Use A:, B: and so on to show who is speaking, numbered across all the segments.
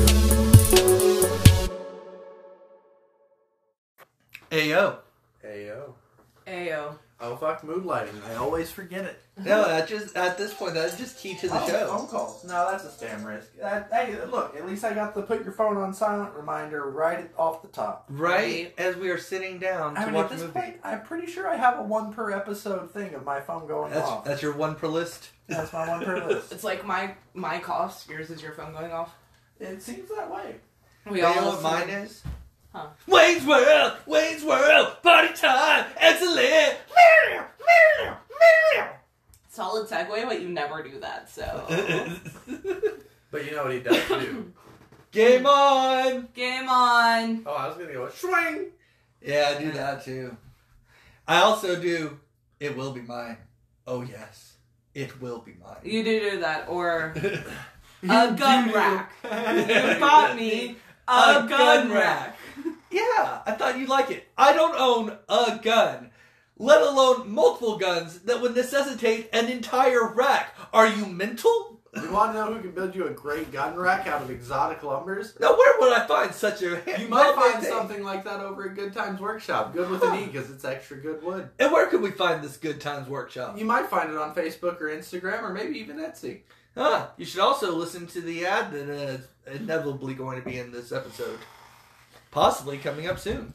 A: Uh-huh.
B: Ayo.
A: Ayo.
C: Ayo.
A: Oh fuck, mood lighting. I always forget it.
B: No, that just at this point that's just key to the
A: oh,
B: show.
A: Phone calls. No, that's a spam risk. That, hey, look, at least I got the put your phone on silent reminder right off the top.
B: Right as we are sitting down to
A: I mean,
B: watch
A: at
B: a
A: this
B: movie.
A: point, I'm pretty sure I have a one per episode thing of my phone going
B: that's
A: off.
B: that's your one per list.
A: That's my one per list.
C: It's like my my coughs. Yours is your phone going off.
A: It seems that way.
C: We
B: You
C: all
B: know what
C: listen-
B: mine is?
C: Huh.
B: Wayne's World! Wayne's World! Party time! Excellent! Meow, meow, meow.
C: Solid segue, but you never do that. So
A: But you know what he does do?
B: Game on!
C: game on.
A: oh, I was gonna go swing.
B: Yeah, I do that too. I also do. It will be mine. Oh yes, it will be mine.
C: You do do that, or a gun rack. You bought me a,
B: A
C: gun,
B: gun
C: rack.
B: Yeah, I thought you'd like it. I don't own a gun, let alone multiple guns that would necessitate an entire rack. Are you mental?
A: You want to know who can build you a great gun rack out of exotic lumbers?
B: Now, where would I find such a?
A: You might
B: lovely
A: find
B: thing?
A: something like that over at Good Times Workshop. Good with an E because it's extra good wood.
B: And where could we find this Good Times Workshop?
A: You might find it on Facebook or Instagram or maybe even Etsy.
B: Huh, you should also listen to the ad that is inevitably going to be in this episode, possibly coming up soon.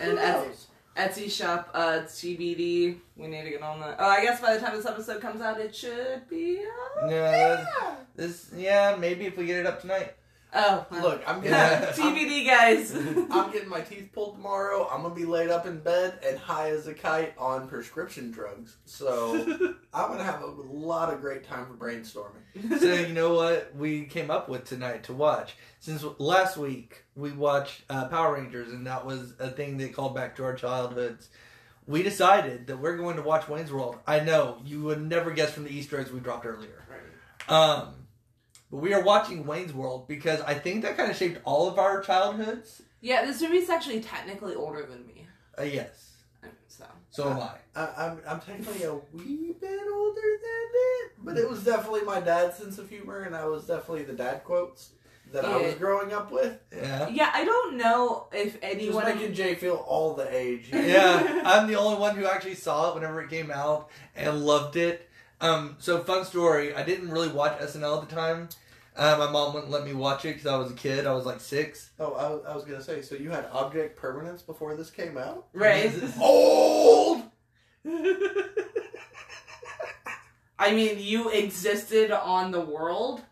C: And Etsy, Etsy shop, uh, TBD. We need to get on that. Oh, I guess by the time this episode comes out, it should be. Up.
B: Yeah,
C: Yeah.
B: This, yeah, maybe if we get it up tonight.
C: Oh, well.
A: Look, I'm getting,
B: Yeah.
A: I'm,
C: TBD, guys.
A: I'm getting my teeth pulled tomorrow. I'm gonna be laid up in bed and high as a kite on prescription drugs. So I'm gonna have a lot of great time for brainstorming.
B: so you know what we came up with tonight to watch? Since last week we watched uh, Power Rangers, and that was a thing that called back to our childhoods. We decided that we're going to watch Wayne's World. I know you would never guess from the Easter eggs we dropped earlier. Um, but we are watching Wayne's World because I think that kind of shaped all of our childhoods.
C: yeah, this movie's actually technically older than me.
B: Uh, yes,
C: So
B: so am I.
A: I, I'm, I'm technically a wee bit older than it, but it was definitely my dad's sense of humor, and I was definitely the dad quotes that I was
C: Yeah.
A: growing up with.
B: Yeah,
C: yeah, I don't know if
A: Just
C: anyone.
A: making Jay feel all the age.
B: yeah. I'm the only one who actually saw it whenever it came out and loved it. Um, so fun story. I didn't really watch SNL at the time. Uh, my mom wouldn't let me watch it because I was a kid. I was like six.
A: Oh, I, was- I was gonna say. So you had object permanence before this came out.
C: Right.
A: Old.
C: I mean, you existed on the world.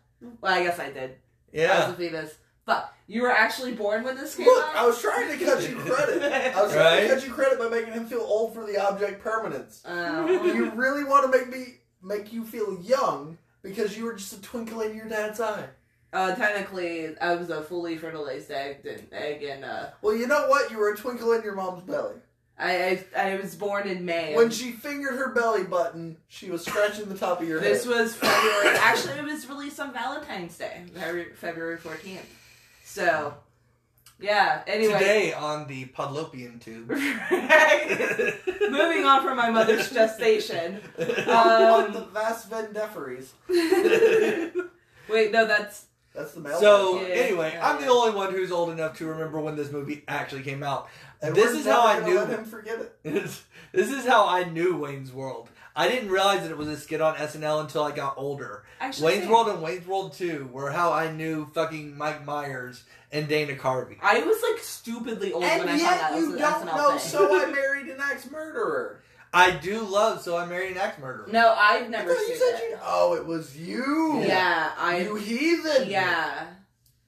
C: Well, I guess I did. I was
B: Yeah.
C: a fetus. But you were actually born when this came
A: Look,
C: out.
A: I was trying to cut you credit. I was trying to
B: Right?
A: cut you credit by making him feel old for the object permanence.
C: Oh.
A: You really want to make me make you feel young because you were just a twinkle in your dad's eye.
C: uh, technically, I was a fully fertilized egg, and egg, and uh,
A: Well, you know what? You were a twinkle in your mom's belly.
C: I, I I was born in May.
A: When she fingered her belly button, she was scratching the top of your
C: this
A: head.
C: was February. actually, it was released on Valentine's Day, February- February fourteenth. So, yeah. Anyway,
B: Today on the Podlopian tube.
C: moving on from my mother's gestation.
A: on
C: Um,
A: the vast vendeferes.
C: Wait, no, that's
A: That's the male.
B: So
C: Yeah,
B: anyway,
C: yeah,
B: I'm the
C: yeah.
B: only one who's old enough to remember when this movie actually came out.
A: And
B: this
A: we're
B: is how
A: never
B: I
A: gonna
B: knew.
A: Let him forget it.
B: this is how I knew Wayne's World. I didn't realize that it was a skit on SNL until I got older.
C: actually
B: Wayne's
C: same.
B: World and Wayne's World 2 were how I knew fucking Mike Myers and Dana Carvey.
C: I was like stupidly old when I
A: And
C: found
A: yet
C: out it was
A: you
C: an
A: don't
C: SNL
A: know.
C: thing.
A: So I married an ex murderer.
B: I do love So I Married an Axe Murderer.
C: no, I've
A: I
C: never
A: thought
C: seen
A: you said
C: it.
A: you. Oh, it was you.
C: Yeah,
A: You
C: I.
A: heathen.
C: Yeah.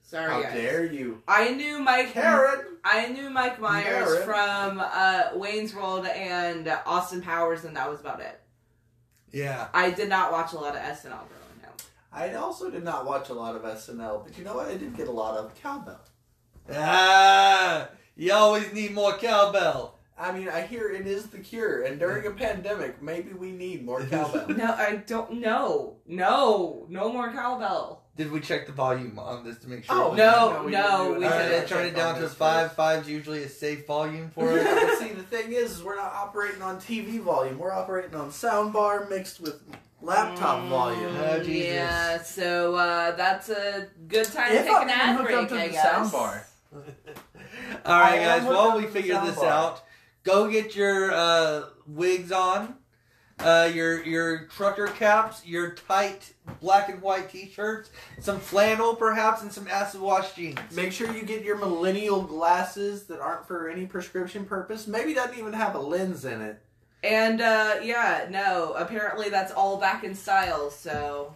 C: Sorry,
A: How
C: guys.
A: dare you,
C: I knew Mike.
A: Karen?
C: I knew Mike Myers
A: Karen.
C: from uh, Wayne's World and Austin Powers, and that was about it.
B: Yeah.
C: I did not watch a lot of SNL growing up.
A: I also did not watch a lot of SNL, but you know what? I did get a lot of cowbell.
B: Ah, you always need more cowbell.
A: I mean, I hear it is the cure, and during a pandemic, maybe we need more cowbell.
C: No, I don't. No, no, no more cowbell.
B: Did we check the volume on this to make sure?
A: Oh,
C: No,
A: we didn't do
C: no, we
A: it.
B: All
C: did
B: right,
C: didn't.
B: I turned it down to
A: Check on this
B: five. Five's usually a safe volume for
A: Whereas,
B: us.
A: but see, the thing is, is we're not operating on TV volume. We're operating on soundbar mixed with laptop
C: Mm.
A: volume.
B: Oh, Jesus.
C: Yeah, so uh, that's a good time
A: If
C: to take
A: I'm even
C: an ad
A: hooked
C: break,
A: up to
C: I
A: the
C: guess.
A: soundbar.
B: All
A: I
B: right,
A: am
B: guys. While
A: without
B: we
A: the
B: figure this
A: soundbar.
B: out, go get your uh, wigs on, uh, your your trucker caps, your tight black and white t-shirts, some flannel perhaps, and some acid wash jeans.
A: Make sure you get your millennial glasses that aren't for any prescription purpose. Maybe doesn't even have a lens in it.
C: And uh, yeah, no, apparently that's all back in style. So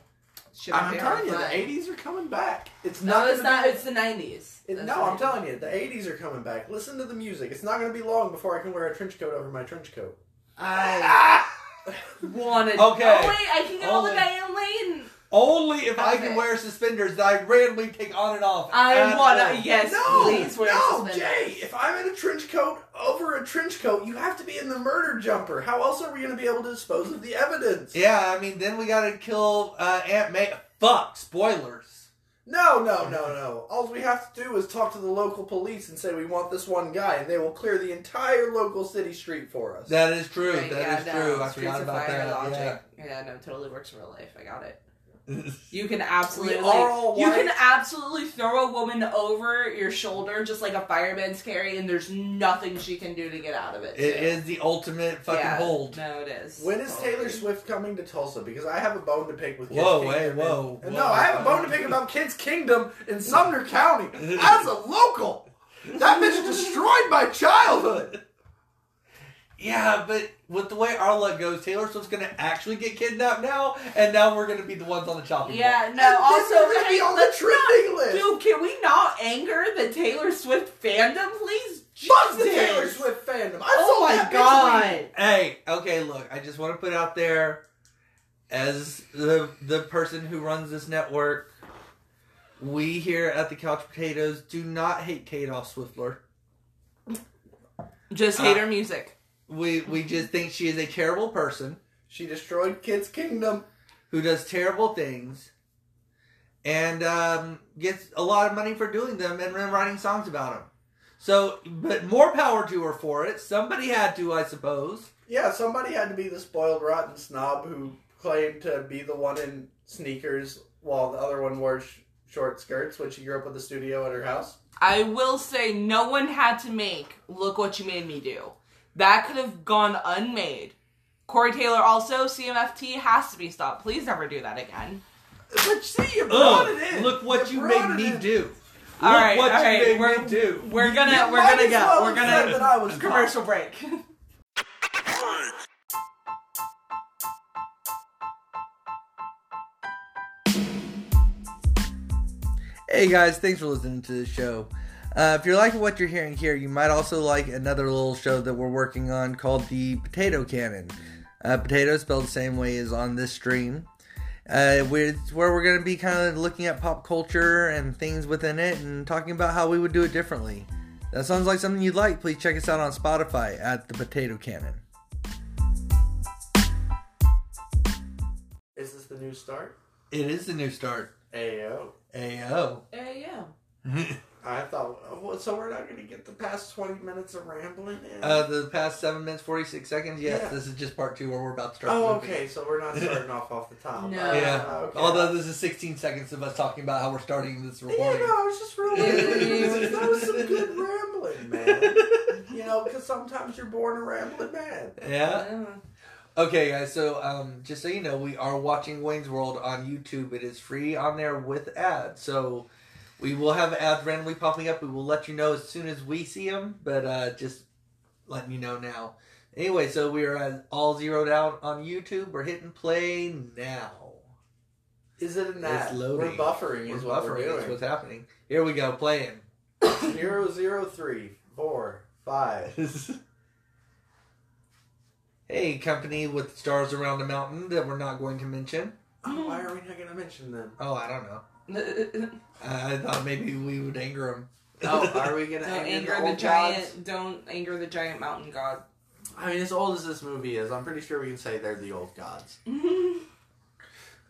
C: should
A: I'm
C: be
A: telling you, the
C: fine.
A: '80s are coming back. It's
C: No,
A: not.
C: it's
A: gonna
C: not.
A: be-
C: It's the nineties.
A: it- no, I'm telling you, the '80s are coming back. Listen to the music. It's not going to be long before I can wear a trench coat over my trench coat.
C: I
A: Ah!
C: wanted.
B: Okay.
C: Oh, wait, I can get all the
B: Only-
C: Diane Lane.
B: Only if I
C: Okay.
B: can wear suspenders that I randomly take on and off.
C: I
B: at
C: wanna.
B: will.
C: Yes,
A: No,
C: please wear
A: no,
C: suspenders.
A: Jay. If I'm in a trench coat over a trench coat, you have to be in the murder jumper. How else are we going to be able to dispose of the evidence?
B: Yeah, I mean, then we gotta kill uh, Aunt May. Fuck spoilers.
A: No, no, no, no. All we have to do is talk to the local police and say we want this one guy, and they will clear the entire local city street for us.
B: That is true. That
C: Right,
B: is
C: yeah, no,
B: true. I
C: Streets
B: forgot
C: of
B: about
C: Fire
B: that.
C: Logic. Yeah. no, totally works in real life. I got it.
B: Yeah.
C: You can absolutely,
A: are all
C: you
A: white.
C: can absolutely throw a woman over your shoulder just like a fireman's carry, and there's nothing she can do to get out of it.
B: It
C: too.
B: is the ultimate fucking
C: Yeah,
B: hold.
C: No, it is.
A: When is Taylor
C: Swift?
A: Swift coming to Tulsa? Because I have a bone to pick with. Kids
B: Whoa,
A: Kingdom
B: hey,
A: and-
B: whoa,
A: and
B: whoa.
A: No, I have a bone to pick about Kids Kingdom in Sumner County. As a local, that bitch destroyed my childhood.
B: Yeah, but with the way our luck goes, Taylor Swift's gonna actually get kidnapped now, and now we're gonna be the ones on the chopping block.
C: Yeah, no,
A: And
C: also,
A: then we're gonna be
C: hey,
A: on the
C: let's
A: trending list.
C: Dude, can we not anger the Taylor Swift fandom, please?
A: Fuck the
C: Jesus.
A: Taylor Swift fandom. I
C: Oh
A: sold
C: my
A: that bitch weed.
C: god.
B: Hey, okay, look, I just want to put out there, as the the person who runs this network, we here at the Couch Potatoes do not hate Taylor Swiftler.
C: Just
B: Uh,
C: hate her music.
B: We we just think she is a terrible person
A: She destroyed Kids Kingdom.
B: who does terrible things, and um, gets a lot of money for doing them and then writing songs about them. So, but more power to her for it. Somebody had to, I suppose.
A: Yeah, somebody had to be the spoiled, rotten snob who claimed to be the one in sneakers while the other one wore sh- short skirts when she grew up with a studio at her house.
C: I will say, no one had to make Look What You Made Me Do. That could have gone unmade. Corey Taylor also, CMFT has to be stopped. Please never do that again.
A: But see, you brought
B: Ugh,
A: it in.
B: look what you,
A: you
B: made
A: brought it
B: me
A: in.
B: do.
C: All
B: look
C: right,
B: what
C: all
B: you
C: right,
B: made
C: we're-
B: me do.
C: We're gonna,
A: You
C: we're
A: might
C: gonna
A: as
C: go.
A: well have
C: we're gonna
A: said that I was
C: commercial break.
B: Hey guys, thanks for listening to the show. Uh, if you're liking what you're hearing here, you might also like another little show that we're working on called the Potato Cannon. Uh, potato spelled the same way as on this stream. Uh, we it's where we're going to be kind of looking at pop culture and things within it and talking about how we would do it differently. That sounds like something you'd like. Please check us out on Spotify at the Potato Cannon.
A: Is this the new start?
B: It is the new start.
A: Ayo.
B: Ayo.
C: yeah.
A: I thought, oh, well, so we're not going to get the past 20 minutes of rambling in?
B: Uh, the past seven minutes, forty-six seconds. Yes,
A: Yeah.
B: this is just part two where we're about to start.
A: oh,
B: moving.
A: okay, so we're not starting off off the top.
C: No.
A: Uh,
B: Yeah.
A: okay.
B: Although this is sixteen seconds of us talking about how we're starting this
A: Yeah,
B: recording.
A: no, I was just really. that was some good rambling, man. You know, because sometimes you're born a rambling man.
B: Yeah. Okay, guys. So, um, just so you know, we are watching Wayne's World on YouTube. It is free on there with ads. So, we will have ads randomly popping up. We will let you know as soon as we see them. But uh, just letting you know now. Anyway, so we are at all zeroed out on YouTube. We're hitting play now.
A: Is it an
B: It's
A: ad? We're
B: loading.
A: buffering
B: We're
A: is what
B: buffering.
A: we're
B: That's
A: doing.
B: what's happening. Here we go. Playing.
A: Zero zero three four five.
B: hey, company with stars around the mountain that we're not going to mention.
A: Oh, why are we not going to mention them?
B: Oh, I don't know.
C: No.
B: I I thought maybe we would anger them.
A: Oh, are we going to
C: Don't anger the
A: old
C: giant.
A: gods?
C: Don't anger the giant mountain god.
A: I mean, as old as this movie is, I'm pretty sure we can say they're the old gods.
B: I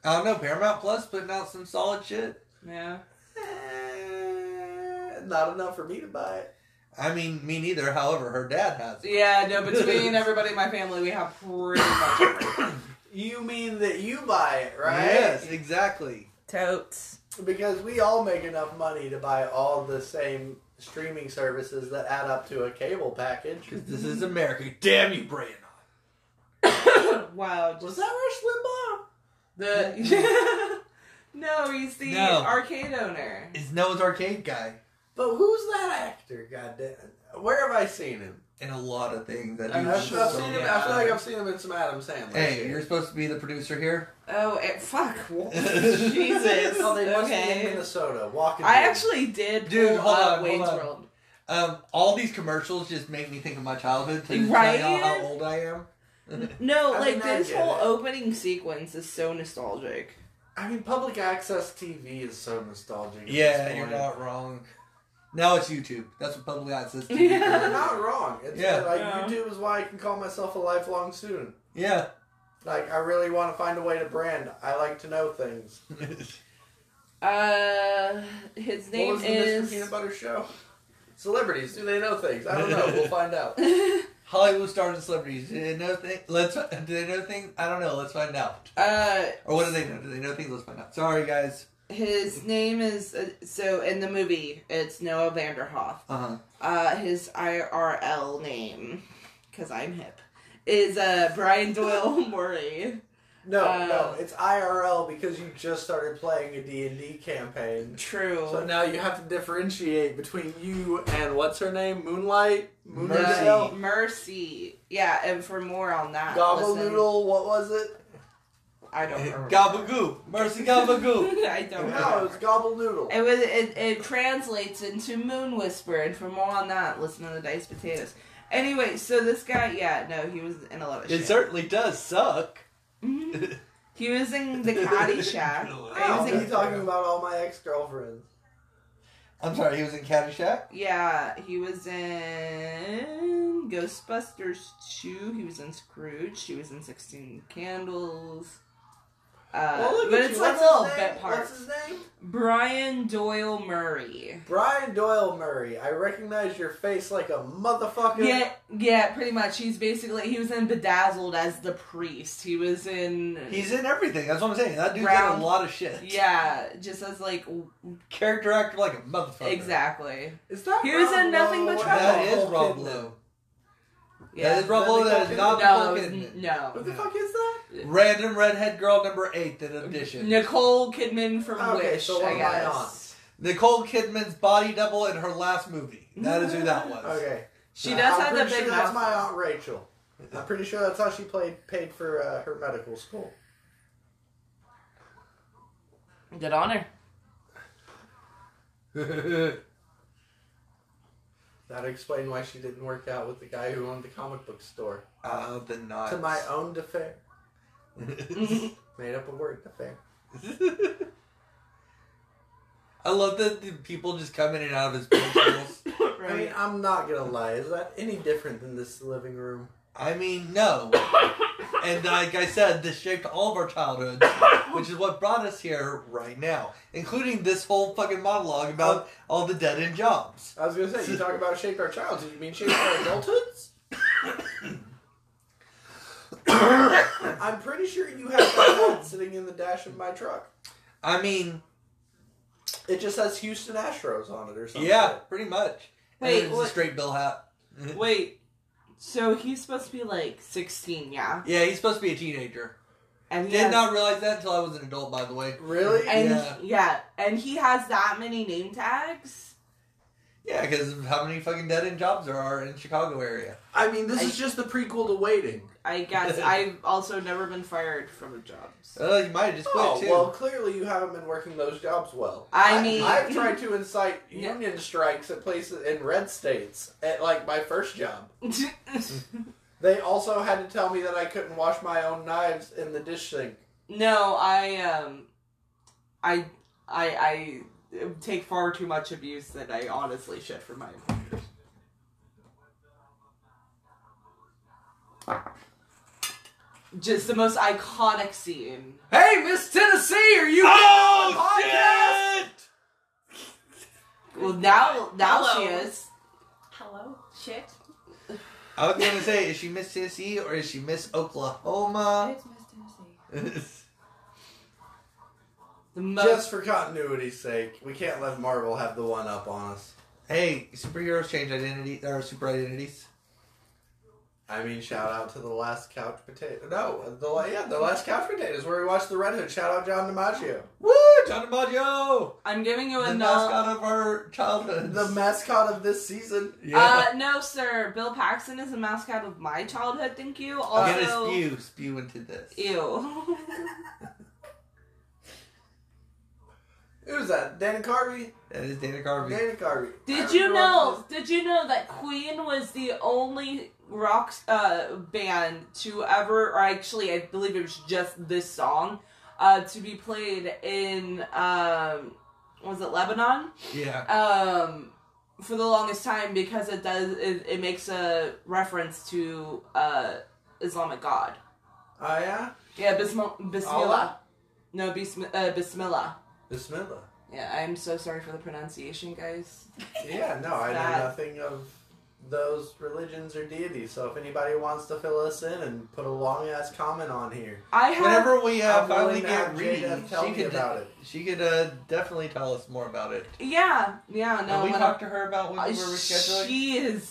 B: don't know. Paramount Plus putting out some solid shit.
C: yeah.
A: Eh, not enough for me to buy it.
B: I mean, me neither. However, her dad has. it.
C: Yeah. No. Between everybody in my family, we have pretty much everything.
A: You mean that you buy it, right?
B: Yes, exactly.
C: totes.
A: Because we all make enough money to buy all the same streaming services that add up to a cable package.
B: Because this is America. Damn you, Brandon.
C: wow.
A: Was that Rush Limbaugh?
C: the No, he's the
B: No.
C: arcade owner.
B: Is Noah's Arcade guy
A: But who's that actor? God damn. Where have I seen him?
B: in a lot of things. That
A: I've,
B: dude's
A: I've seen
B: just so
A: him. I
B: bad.
A: feel like I've seen him in some Adam Sandler.
B: Hey,
A: shit.
B: you're supposed to be the producer here.
C: Oh, it, fuck. Jesus.
A: Oh, they must be in
C: okay.
A: Minnesota. Walking.
C: I actually did
B: Dude,
C: pull
B: hold
C: up
B: on, hold
C: Wayne's
B: on.
C: World.
B: Um, all these commercials just make me think of my childhood. To
C: Right?
B: tell y'all how old I am.
C: No,
A: I
C: like
A: did not
C: this
A: get
C: whole
A: it.
C: opening sequence is so nostalgic.
A: I mean, public access TV is so nostalgic. at
B: Yeah,
A: this
B: you're
A: point.
B: not wrong. Now it's YouTube. That's what public eye says.
A: You're
B: Yeah.
A: not wrong. It's
B: Yeah.
A: like
C: Yeah.
A: YouTube is why I can call myself a lifelong student.
B: yeah.
A: Like I really want to find a way to brand. I like to know things.
C: Uh, his
A: what
C: name
A: was the Mr.
C: is.
A: Peanut Butter Show? Celebrities, do they know things? I don't know. We'll find out.
B: Hollywood stars and celebrities. Do they know things? Let's. Do they know things? I don't know. Let's find out.
C: uh,
B: Or what do they know? Do they know things? Let's find out. Sorry, guys.
C: his name is uh, so in the movie it's Noah Vanderhoff.
B: Uh huh.
C: Uh, his IRL name, because I'm hip, is uh Brian Doyle Murray.
A: No,
C: Uh,
A: no, it's IRL because you just started playing a D&D campaign.
C: True.
A: So now you have to differentiate between you and what's her name? Moonlight?
B: Mercy.
C: Uh,
A: Moonlight?
C: Mercy. Yeah, and for more on that,
A: Gobble
C: listen-
A: Noodle? What was it?
C: I
B: Eh,
C: don't remember.
B: Gabagoo. Mercy Gabagoo.
C: I don't
A: No, it's
C: know.
A: Gobble Noodle.
C: It was it, it translates into Moon Whisper, and for more on that, listen to the Diced Potatoes. Anyway, so this guy, yeah, no, he was in a lot of shit.
B: it certainly does suck.
C: Mhm. He was in the
B: I
C: Caddyshack.
A: How
B: was
A: are you
B: thinking-
A: talking about all my ex-girlfriends?
B: I'm sorry. He was in Caddyshack.
C: Yeah, he was in Ghostbusters 2. He was in Scrooge. He was in 16 Candles. Uh,
A: Well, look
C: but
A: at
C: it's
A: you.
C: like
A: What's
C: little
A: his name?
C: bit parts.
A: What's his name?
C: Brian Doyle Murray.
A: Brian Doyle Murray. I recognize your face like a motherfucker.
C: Yeah, yeah, pretty much. He's basically he was in Bedazzled as the priest. He was in
B: He's in everything. That's what I'm saying. That dude's in
C: Brown.
B: a lot of shit.
C: yeah, just as like w-
B: Character actor like a motherfucker.
C: exactly.
A: Is that
C: He was
A: Rob
C: in Nothing
A: Lowe?
C: But
A: What
C: Trouble.
B: That
A: the
B: is
A: hell
B: Rob
A: kid
B: Lowe.
C: Yeah.
B: That is Rob Lowe. That is not
C: no,
B: Nicole
C: it was-
B: Kidman.
A: What
C: no.
A: the fuck is that?
B: Random redhead girl number eight that auditioned.
C: Nicole Kidman from
A: Okay,
C: Wish,
A: so what
C: I
A: am I
C: guess.
B: Nicole Kidman's body double in her last movie. That is who that was.
A: Okay.
C: She does
A: I'm
C: have the
A: pretty
C: big
A: sure
C: mouth.
A: That's my aunt Rachel. I'm pretty sure that's how she played paid for uh, her medical school.
C: Good honor.
A: That explained why she didn't work out with the guy who owned the comic book store.
B: Ah, the nuts.
A: To my own affair,
C: Mhm.
A: made up a word affair.
B: I love that the people just come in and out of his pictures.
A: I mean, I'm not gonna lie. Is that any different than this living room?
B: I mean, no. And like I said, this shaped all of our childhoods, which is what brought us here right now, including this whole fucking monologue
A: Oh.
B: about all the dead end jobs.
A: I was gonna say you talk about shaped our childhood. You mean shaped our adulthoods? I'm pretty sure you have that hat sitting in the dash of my truck.
B: I mean,
A: It just has Houston Astros on it or something.
B: yeah, pretty much. And
C: Wait,
B: it was
C: what-
B: a straight bill hat.
C: Wait. So he's supposed to be like 16, yeah?
B: Yeah, he's supposed to be a teenager.
C: And he
B: Did
C: has-
B: not realize that until I was an adult, by the way.
A: Really?
C: and
B: Yeah.
C: yeah. and he has that many name tags.
B: Yeah, because of how many fucking dead end jobs there are in Chicago area.
A: I mean, this is just the prequel to Waiting.
C: I guess I've also never been fired from a job. so-
B: Oh, you might have just quit
A: Oh
B: too.
A: well, clearly you haven't been working those jobs well.
C: I mean-
A: I've tried to incite
C: Yeah.
A: union strikes at places in red states. At like my first job, they also had to tell me that I couldn't wash my own knives in the dish sink.
C: no, I um, I I I take far too much abuse that I honestly shit for my employers. Just the most iconic scene.
A: Hey, Miss Tennessee, are you? Oh,
B: oh shit!
C: Well, now now
D: Hello.
C: she is.
D: Hello? Shit.
B: I was gonna say, is she Miss Tennessee or is she Miss
A: Uh,
B: Oklahoma?
D: It's Miss Tennessee.
C: The most
A: Just for continuity's sake, we can't let Marvel have the one up on us.
B: Hey, superheroes change identity or super identities.
A: I mean, shout out to the last couch potato. No, the la- yeah, the last couch potatoes where we watched the Red Hood. Shout out John DiMaggio,
B: Woo, John DiMaggio,
C: I'm giving you
B: the
C: a Oh, no. Uh,
B: mascot of our childhood.
A: the mascot of this season.
B: yeah.
C: Uh, no, sir. Bill Paxton is a mascot of my childhood. Thank you.
B: I'm gonna
C: Also,
B: spew spew into this.
C: ew.
A: Who was that? Danny Carvey.
B: That is Dana Carvey.
A: Danny Carvey.
C: Did
A: I
C: you
A: remember
C: know? Did you know that Queen was the only rock uh, band to ever, or actually, I believe it was just this song, uh, to be played in um, was it Lebanon?
B: Yeah.
C: Um, for the longest time because it does it, it makes a reference to uh, Islamic God.
A: this. Oh yeah,
C: Yeah, Bism- Bismillah.
A: Allah?
C: No, Bism- uh, Bismillah.
A: Bismillah.
C: Yeah, I'm so sorry for the pronunciation, guys.
A: Yeah, no, I
C: Sad.
A: know nothing of those religions or deities. So if anybody wants to fill us in and put a long ass comment on here,
C: I have.
B: Whenever we uh,
A: I'm
B: finally
A: willing to
B: get
A: have
B: Reed,
A: Jada tell
B: she
A: me
B: could
A: about it.
B: she could uh, definitely tell us more about it.
C: Yeah, yeah, no.
B: Have we
C: when
B: talked to her about when
C: I-
B: we were rescheduling?
C: She is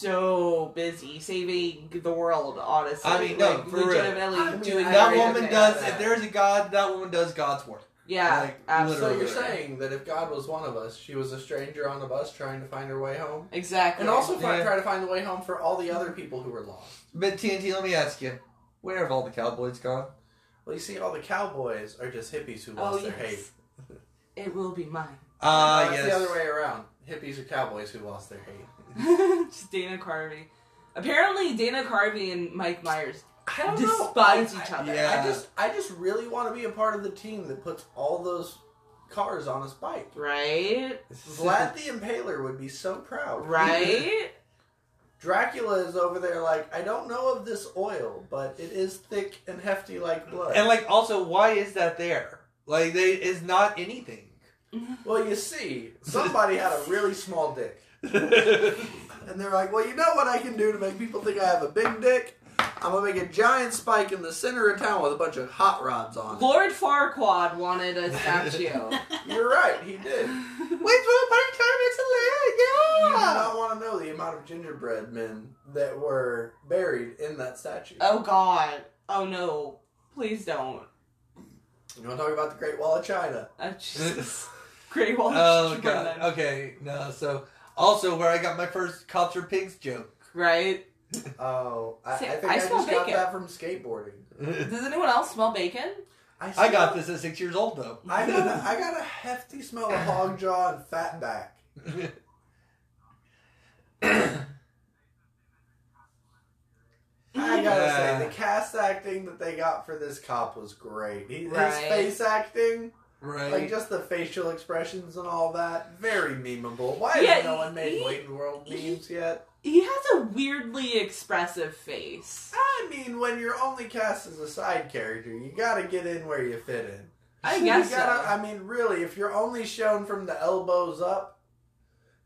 C: so busy saving the world, honestly.
B: I mean, no,
C: Like,
B: for real.
C: legitimately
A: I mean,
C: doing
A: I
B: that
A: agree
B: woman
A: with
C: everything.
B: does.
A: that.
B: If there's a God, that woman does God's work.
C: Yeah,
B: like,
A: so
C: absolutely.
A: you're
B: Literally.
A: saying that if God was one of us, she was a stranger on a bus trying to find her way home,
C: Exactly.
A: and also fi-
B: Yeah.
A: try to find the way home for all the other people who were lost.
B: But TNT, let me ask you, where have all the cowboys gone?
A: Well, you see, all the cowboys are just hippies who
C: oh
A: lost
C: yes,
A: their hate.
C: it will be mine.
B: Ah,
A: No,
B: yes.
A: it's the other way around. Hippies are cowboys who lost their hate.
C: Just Dana Carvey. Apparently, Dana Carvey and Mike Myers
A: I don't
C: despise
A: know.
C: each
A: I-
C: other.
B: Yeah.
A: I just, I just really want to be a part of the team that puts all those cars on a spike.
C: Right,
A: Vlad the Impaler would be so proud.
C: right.
A: Dracula is over there like, I don't know of this oil, but it is thick and hefty like blood.
B: And like, also, why is that there? Like, they is not anything.
A: well, you see, somebody had a really small dick, and they're like, well, you know what I can do to make people think I have a big dick? I'm gonna make a giant spike in the center of town with a bunch of hot rods on it.
C: Lord Farquaad wanted a statue.
A: You're right, he did.
B: When's Vampire Time? It's a
A: You do
B: layer,
C: Ah!
A: not want to know the amount of gingerbread men that were buried in that statue.
C: Oh God! Oh no! Please don't.
A: You want to talk about the Great Wall of China?
C: Oh, Jesus. Great Wall.
B: Oh
C: of China.
B: god. Okay, no. So also where I got my first culture pigs joke.
C: Right?
A: Oh, I, I
C: See,
A: think
C: I
A: I, just
C: smell
A: got
C: bacon.
A: that from skateboarding.
C: Does anyone else smell bacon?
B: I got
A: smell-
B: this at six years old though.
A: I got, a, I got a hefty smell of hog jaw and fat back. I gotta say,
C: Uh.
A: the cast acting that they got for this cop was great. He,
C: Right.
A: His face acting,
B: right.
A: like just the facial expressions and all that, very memeable. Why
C: Yeah,
A: has no one made
C: he-
A: Waiting World
C: he-
A: memes yet?
C: He has a weirdly expressive face.
A: I mean, when you're only cast as a side character, you gotta get in where you fit in.
C: I
A: You
C: guess
A: gotta-
C: so.
A: I mean, really, if you're only shown from the elbows up,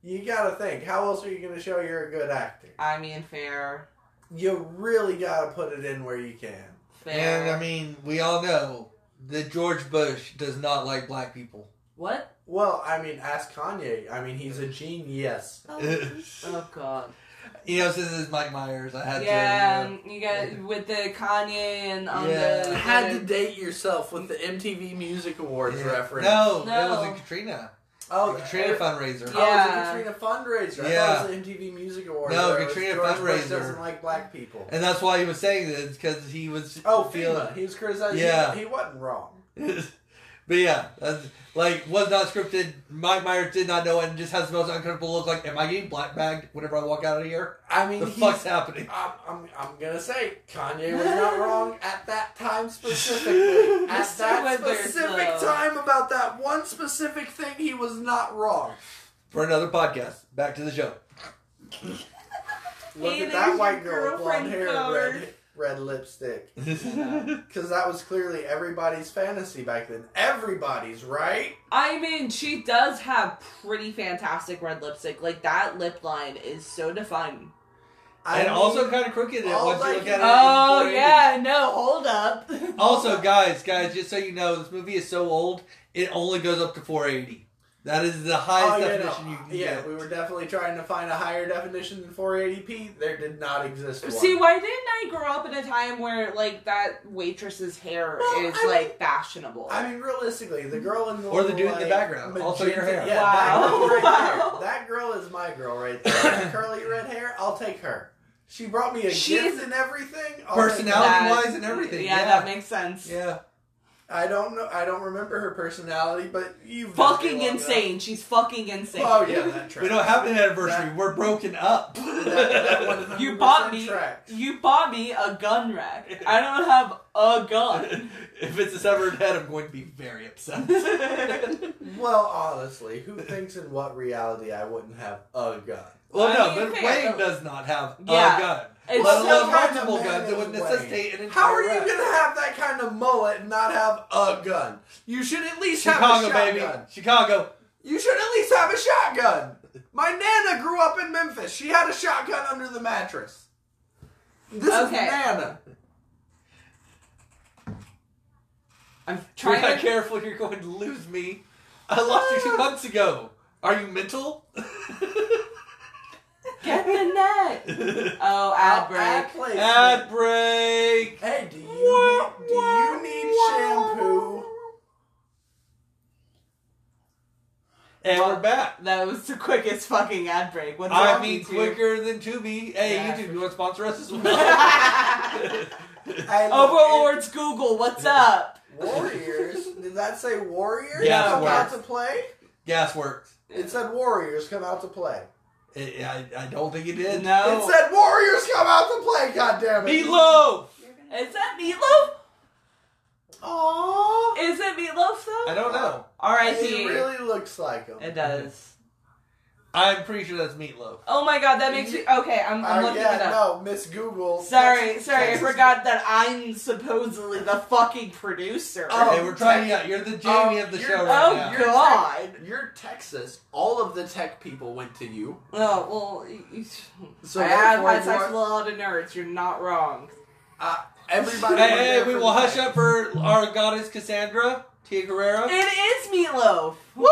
A: you gotta think. How else are you gonna show you're a good actor?
C: I mean, fair,
A: You really gotta put it in where you can.
C: fair.
B: and I mean, we all know that George Bush does not like black people.
C: what?
A: Well, I mean, ask Kanye. I mean, he's a gene, yes.
B: you
C: Oh God!
B: know, since it's Mike Myers, I had
C: Yeah,
B: to. you know.
C: and you got with the Kanye and on
B: Yeah.
C: the.
A: Had to date yourself with the MTV Music Awards
B: Yeah.
A: reference.
B: No,
C: No.
B: it was a Katrina.
A: um, oh,
B: The Katrina
A: it-
B: fundraiser.
A: Oh, it was
C: Yeah.
A: a Katrina fundraiser. I
B: Yeah.
A: thought it was the MTV Music Awards.
B: No,
A: where it was
B: Katrina
A: George Bush
B: fundraiser.
A: doesn't like black people.
B: And that's why he was saying this because he was
A: Oh,
B: feeling.
A: FEMA. He was criticizing.
B: Yeah.
A: He wasn't wrong.
B: but yeah, that's, like was not scripted. Mike Myers did not know it and just has the most uncomfortable look. Like, am I getting black bagged whenever I walk out of here?
A: I mean,
B: The
A: he's-
B: fuck's happening?
A: I'm, I'm, I'm gonna say Kanye was not wrong at that time specifically. at
C: Mr.
A: that
C: Withers,
A: specific
C: though.
A: time about that one specific thing, he was not wrong.
B: For another podcast, back to the show.
A: Look
C: Hey,
A: at
C: there's
A: that white
C: your
A: girl, with blonde
C: girlfriend
A: hair,
C: colour.
A: and red, red lipstick.
C: Yeah.
A: Because that was clearly everybody's fantasy back then. Everybody's right.
C: I mean, she does have pretty fantastic red lipstick. Like that lip line is so defined.
A: I
B: and
A: mean,
B: also kind of crooked it
A: all
B: once you
A: like-
B: look at it.
C: Oh
B: in 480.
C: yeah, no, hold up.
B: Also, guys, guys, just so you know, this movie is so old it only goes up to 480. That is the highest
A: Oh, yeah,
B: definition
A: no.
B: you can
A: yeah,
B: get.
A: we were definitely trying to find a higher definition than 480p. There did not exist one.
C: See, why didn't I grow up in a time where like that waitress's hair
A: Well,
C: is
A: I mean-
C: like fashionable?
A: I mean, realistically, the girl in the
B: Or the
A: little,
B: dude in the
A: like,
B: background. Also your hair.
A: Yeah,
C: Wow.
A: That, girl right
C: Wow.
A: there. that girl is my girl right there. Curly red hair. I'll take her. She brought me a
C: She's-
A: gift and everything. I'll take her.
B: Personality wise and everything.
C: Yeah,
B: Yeah,
C: that makes sense.
B: yeah.
A: I don't know. I don't remember her personality, but you
C: Fucking insane. She's fucking insane.
A: Oh yeah, that tracks.
B: We don't have an anniversary.
A: That-
B: We're broken up.
A: that, that 100%
C: You bought me.
A: Tracks.
C: You bought me a gun rack. I don't have a gun.
B: if it's a severed head, I'm going to be very upset.
A: Well, honestly, who thinks in what reality I wouldn't have a gun?
B: well,
C: I
B: no,
C: mean,
B: but
C: fair,
B: Wayne
C: though.
B: does not have
C: Yeah.
B: a gun.
C: It's
B: let
C: so
B: alone
A: kind of
B: multiple
A: man
B: guns that would
A: is Wayne.
B: necessite an entire
A: How are you
B: rack.
A: gonna have that kind of mullet and not have a gun? You should at least have a
B: Chicago,
A: shotgun.
B: baby. Chicago.
A: You should at least have a shotgun. My nana grew up in Memphis. She had a shotgun under the mattress. This
C: Okay.
A: is nana.
C: I'm
B: Try
C: trying
B: not
C: to.
B: careful, you're going to lose me. I lost you two months ago. Are you mental?
C: Get the net. Oh, ad break.
A: Ad placement.
B: Ad break.
A: Hey, do you need, do you need shampoo?
B: And we're back.
C: That was the quickest fucking ad break. What's
B: I
C: up,
B: mean,
C: YouTube?
B: quicker than Tubi. Hey,
C: Yeah.
B: YouTube, you want to sponsor us as well?
A: I love
C: Overlords Google, what's up?
A: it. Warriors. Did that say warriors
B: Yeah,
A: come out
B: warriors.
A: to play?
B: Gas works.
A: It said warriors come out to play.
B: It, I, I don't think it did.
A: It
C: No.
A: said warriors come out to play. God damn it.
B: Meatloaf.
D: You're gonna
C: Is that meatloaf?
A: Aww.
C: Is it meatloaf though?
B: I don't know.
C: R.I.P.
A: It really looks like him.
C: It does.
B: I'm pretty sure that's Meatloaf.
C: Oh my god, that makes me okay. I'm, I'm
A: Uh,
C: looking
A: yeah,
C: it up.
A: no, Miss Google.
C: Sorry,
A: Text-
C: sorry, I
A: text-
C: forgot that I'm supposedly the fucking producer.
A: Oh,
B: okay, we're trying you out. You're the Jamie
A: um,
B: of the
A: you're-
B: show
A: oh,
B: right now.
A: you're-
C: God.
A: You're Texas. All of the tech people went to you.
C: Oh well, you,
A: So
C: I have
A: therefore
C: had sex
A: you
C: with a lot of nerds. You're not wrong.
A: uh, everybody.
B: Hey,
A: went
B: hey,
A: there
B: we
A: for
B: will
A: the
B: hush
A: tech.
B: up for our goddess Cassandra, Tia Guerrero.
C: It is meatloaf.
B: Woo!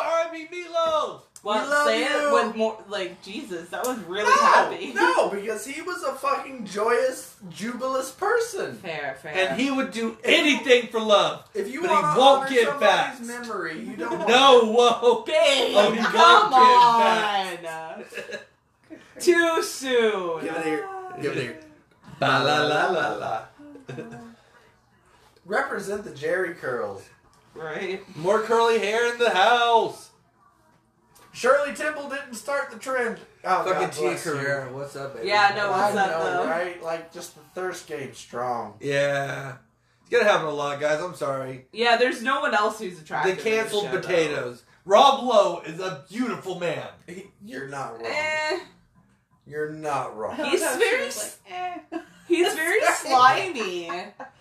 B: R.I.P. Meatloaf.
C: Well,
A: love
C: say it
A: you.
C: with more like Jesus. That was really
A: No,
C: happy.
A: no, because he was a fucking joyous, jubilous person.
C: Fair, fair.
B: And he would do anything for love.
A: If you
B: But he
A: want to
B: won't
A: honor
B: get
A: somebody's
B: vaxxed.
A: memory, you don't. want-
B: No, whoa.
C: Babe,
B: Oh, he won't
C: come
B: get
C: on.
D: good for you.
C: Too soon.
A: Give it here. Give it here.
B: Ba la la la la.
A: Uh, Represent the Jerry curls.
C: Right.
B: More curly hair in the house.
A: Shirley Temple didn't start the trend. Oh,
B: Fucking
A: God
B: Tia
A: bless you.
B: Guerrero. What's up, baby?
C: Yeah, no,
A: I
C: what's up
A: know,
C: though?
A: right? Like just the thirst game strong.
B: Yeah. It's gonna happen a lot, guys. I'm sorry.
C: Yeah, there's no one else who's
B: The
C: attractive. in this
B: canceled
C: show, though.
B: potatoes. Rob Lowe is a beautiful man.
A: You're not wrong.
C: Eh,
A: You're not
D: I
A: wrong.
D: don't
C: He's
D: know, she
C: very
D: was
C: s-
D: Like, eh.
C: he's very slimy.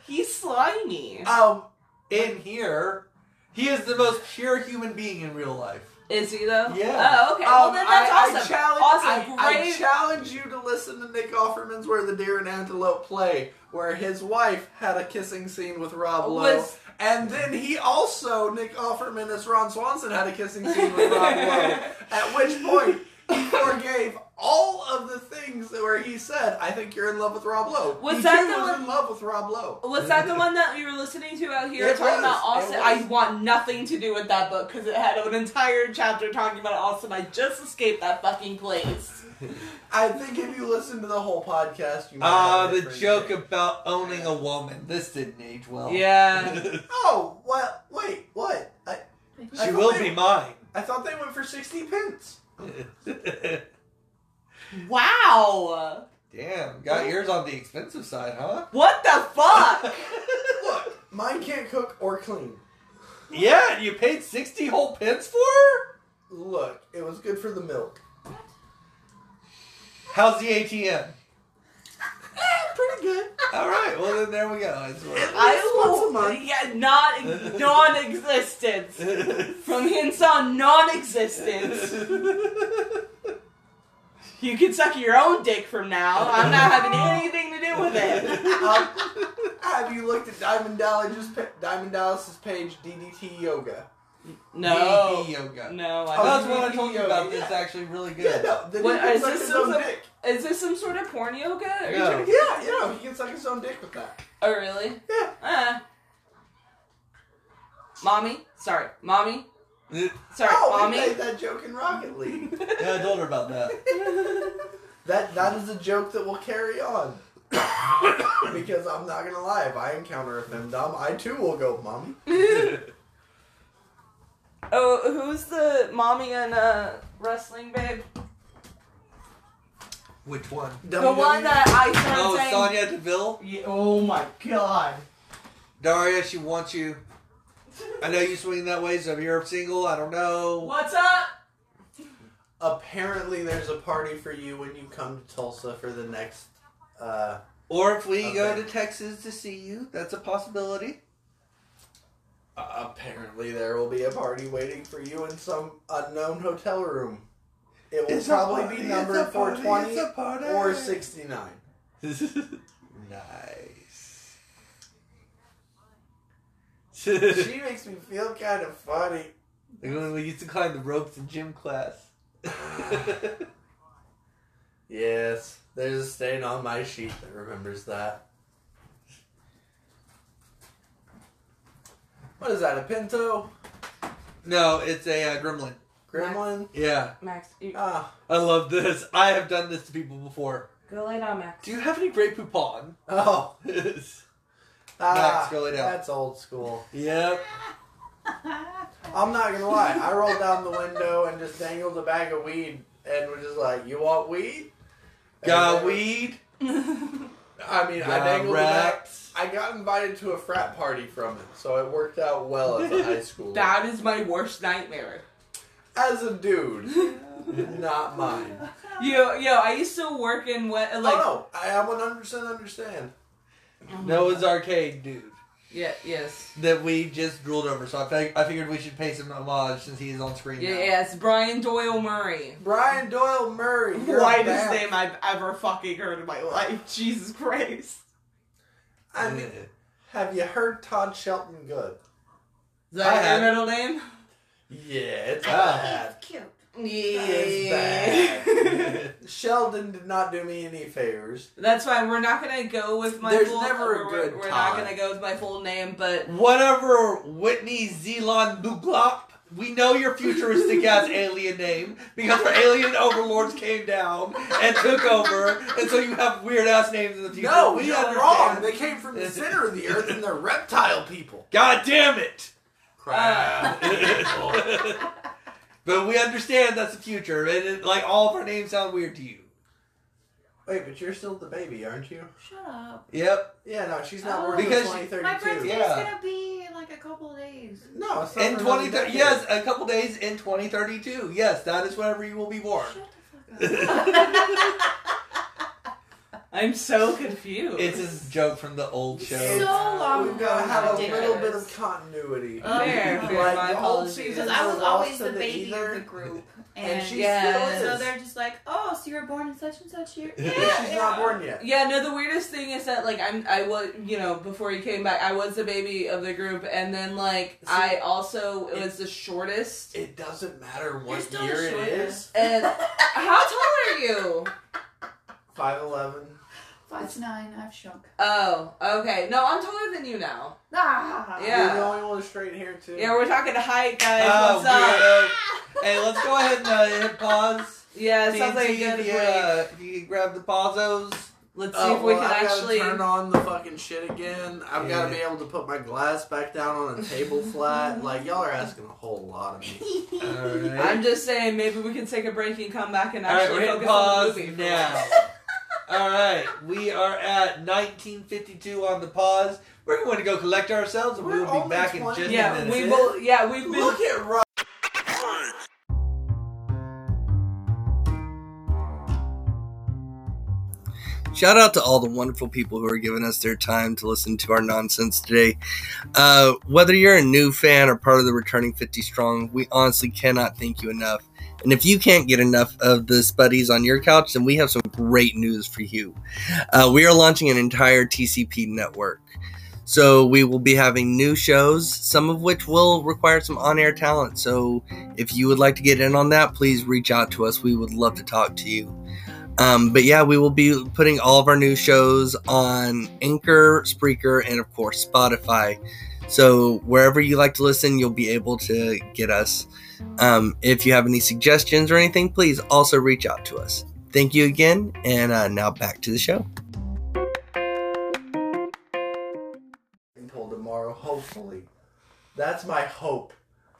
C: He's slimy.
A: Um,
B: In here, he is the most pure human being in real life.
C: Is he though?
B: Yeah.
C: Oh, okay. well, then that's
A: Um, I,
C: awesome.
A: I challenge,
C: awesome.
A: I, I
C: Great.
A: challenge you to listen to Nick Offerman's "Where the Deer and Antelope Play," where his wife had a kissing scene with Rob Lowe,
C: Was-
A: and then he also Nick Offerman as Ron Swanson had a kissing scene with Rob Lowe. At which point. He forgave all of the things that where he said, "I think you're in love with Rob Lowe."
C: Was
A: he
C: that
A: too
C: the
A: was
C: one-
A: in love with Rob Lowe.
C: was that the one that we were listening to out here
A: It
C: talking
A: was,
C: about Austin?
A: it was.
C: I want nothing to do with that book because it had an entire chapter talking about Austin. I just escaped that fucking place.
A: I think if you listen to the whole podcast, you might
B: Ah,
A: have a
B: the
A: different
B: joke
A: view.
B: about owning a woman. This didn't age well.
C: Yeah.
A: Oh, well, wait, what? I,
B: she will be mine.
A: I thought they went for 60 pence.
C: Wow.
B: Damn, got yours on the expensive side, huh?
C: What the fuck?
A: Look, mine can't cook or clean.
B: yeah, you paid 60 whole pence for her?
A: Look, it was good for the milk.
B: How's the ATM?
A: Pretty good.
B: All right, well, then there we go. I swear.
C: I
A: Once a
C: will.
A: month.
C: Yeah, non non-existence. From hints on non-existence. You can suck your own dick from now. I'm not having anything to do with it.
A: Um, have you looked at Diamond Dallas's, pa- Diamond Dallas's page, DDT Yoga?
C: No.
B: Hee hee yoga.
C: No, I
B: Oh,
C: don't.
B: that's what I told you about.
A: Yeah.
B: That's actually really good.
A: Yeah, no. Then
C: What,
A: he can
C: is
A: suck
C: this
A: his
C: some
A: own
C: sort of-
A: dick.
C: Is this some sort of porn yoga? Are you
B: No.
C: trying to get-
A: Yeah, you know, he can suck his own dick with that.
C: Oh, really?
A: Yeah.
C: Uh. Mommy? Sorry. Mommy?
B: Yeah,
C: Sorry,
A: oh, we made
C: mommy?
A: that joke in Rocket League.
B: I told her about that.
A: that that is a joke that will carry on. because I'm not gonna lie, if I encounter a femdom, I too will go, mommy.
C: oh, who's the mommy and uh, wrestling babe?
B: Which one?
C: The
A: E,
C: one that I
B: Oh,
C: started saying.
B: Sonya Deville.
E: Yeah, oh my god.
B: Daria, she wants you. I know you swing that way, so if you're single, I don't know.
C: What's up?
A: Apparently, there's a party for you when you come to Tulsa for the next. Uh,
B: Or if we go
A: Okay.
B: to Texas to see you, that's a possibility.
A: apparently, there will be a party waiting for you in some unknown hotel room. It will
B: It's a
A: probably
B: party,
A: be
B: it's
A: numbered
B: a party,
A: 420
B: it's a party.
A: or 69.
B: nice.
A: she makes me feel kind of funny.
B: Like when we used to climb the ropes in gym class.
A: Yes, there's a stain on my sheet that remembers that. What is that? A Pinto?
B: no, it's a uh, gremlin.
A: Gremlin?
B: Yeah,
C: Max, you,
A: Ah.
B: I love this. I have done this to people before.
C: go lay down, Max.
B: Do you have any Grey Poupon?
A: Oh. Ah,
B: scroll it out.
A: That's old school.
B: yep.
A: I'm not gonna lie. I rolled down the window and just dangled a bag of weed and was just like, "You want weed?" And
B: Got
A: they-
B: weed.
A: I mean, I
B: Got
A: dangled
B: wraps.
A: the bag. I got invited to a frat party from it, so it worked out well as a high school.
C: that is my worst nightmare.
A: as a dude, not mine.
C: Yo, yo, I used to work in what, uh, like,
A: oh no, I, I 100% understand.
B: Noah's arcade dude
C: yeah, yes,
B: that we just drooled over. So I, fig- I figured we should pay some homage since he's on screen.
C: yeah,
B: now.
C: yes, Brian Doyle Murray.
A: Brian Doyle Murray. you're a
C: Whitest
A: man.
C: name I've ever fucking heard in my life. Jesus Christ.
A: I mean, have you heard Todd Shelton Good?
C: Is
B: I
C: that
B: have-
C: your middle name?
A: Yeah, it's
B: Ah.
A: bad.
D: It's cute.
A: It's Sheldon did not do me any favors.
C: That's fine. We're not gonna go with my.
A: There's
C: full,
A: never a
C: we're-
A: good
C: We're not
A: time.
C: gonna go with my full name, but
B: Uh, Whatever, Whitney Zelon Buglop. We know your futuristic ass alien name because our alien overlords came down and took over, and so you have weird ass names in the future.
A: No,
B: we
A: you're
B: understand.
A: wrong. They came from the center of the earth and they're reptile people.
B: God damn it!
A: Crap.
B: But we understand that's the future, and it, like all of our names sound weird to you.
A: Wait, but you're still the baby, aren't you?
D: Shut up.
B: Yep.
A: Yeah, no, she's not
D: Oh.
A: born
B: Because
A: because
B: she-
A: 2032.
D: My birthday's
B: yeah.
D: gonna be in like a couple of days.
A: No, it's not
B: In
A: for
B: twenty,
A: another decade.
B: yes, a couple days in twenty thirty two. Yes, that is whenever you will be born.
D: Shut the fuck up.
C: I'm so confused.
B: It's a joke from the old
D: so
B: show.
D: long.
A: We've got to have a
D: ago,
A: little bit
D: ridiculous.
A: of continuity.
D: Oh,
C: fair,
D: Like,
C: fair. my
A: the whole
C: apologies.
A: season-
D: Because I was
A: Lost
D: always
A: to
D: the
A: the
D: baby
A: ether.
D: of the group. And,
A: And she
C: yeah,
A: still
D: so
A: is.
D: they're just like, oh, so you were born in such and such year?
B: Yeah,
A: But she's not
D: yeah.
A: born yet.
C: Yeah, no. The weirdest thing is that like I'm I was you know before he came back I was the baby of the group and then like
A: See,
C: I also
A: it-
C: was the shortest.
A: It doesn't matter
D: You're
A: what
D: still
A: year
D: the
A: it is.
C: And how tall are you?
A: 5'11.
D: Five nine. I've shrunk.
C: Oh, okay. No, I'm taller than you now.
D: Ah.
C: Yeah.
A: You're the only one with straight hair, too.
C: Yeah, we're talking height, guys.
A: Oh,
B: Ah,
C: What's up?
B: weirdo. Hey, let's go ahead and uh, hit pause.
C: Yeah, it sounds like a
B: TNT,
C: good
B: if you,
C: break.
B: uh, if you could grab the pauzos.
C: Let's see
A: Oh,
C: if we
A: well,
C: can
A: I've gotta
C: actually.
A: turn on the fucking shit again. I've got to
B: Yeah.
A: be able to put my glass back down on a table flat. Like y'all are asking a whole lot of me.
C: I'm just saying, maybe we can take a break and come back and
B: All right,
C: actually
B: we're hitting
C: focus on the
B: pause
C: movie. for
B: now.
C: once.
B: All right, we are at 1952 on the pause. We're going to go collect ourselves, and we
A: We're
B: will be
A: only
B: back in
A: 20
B: just a
C: Yeah,
B: minute.
C: we will. Yeah, we've been.
A: Look at Rob.
B: Shout out to all the wonderful people who are giving us their time to listen to our nonsense today. Uh, whether you're a new fan or part of the returning 50 Strong, we honestly cannot thank you enough. And if you can't get enough of the Spuddies on your couch, then we have some great news for you. Uh, we are launching an entire TCP network.
F: So we will be having new shows, some of which will require some on air talent. So if you would like to get in on that, please reach out to us. We would love to talk to you. Um, but yeah, we will be putting all of our new shows on Anchor, Spreaker, and of course Spotify. So wherever you like to listen, you'll be able to get us. Um, if you have any suggestions or anything, please also reach out to us. Thank you again, and uh, now back to the show.
A: until tomorrow, hopefully. That's my hope.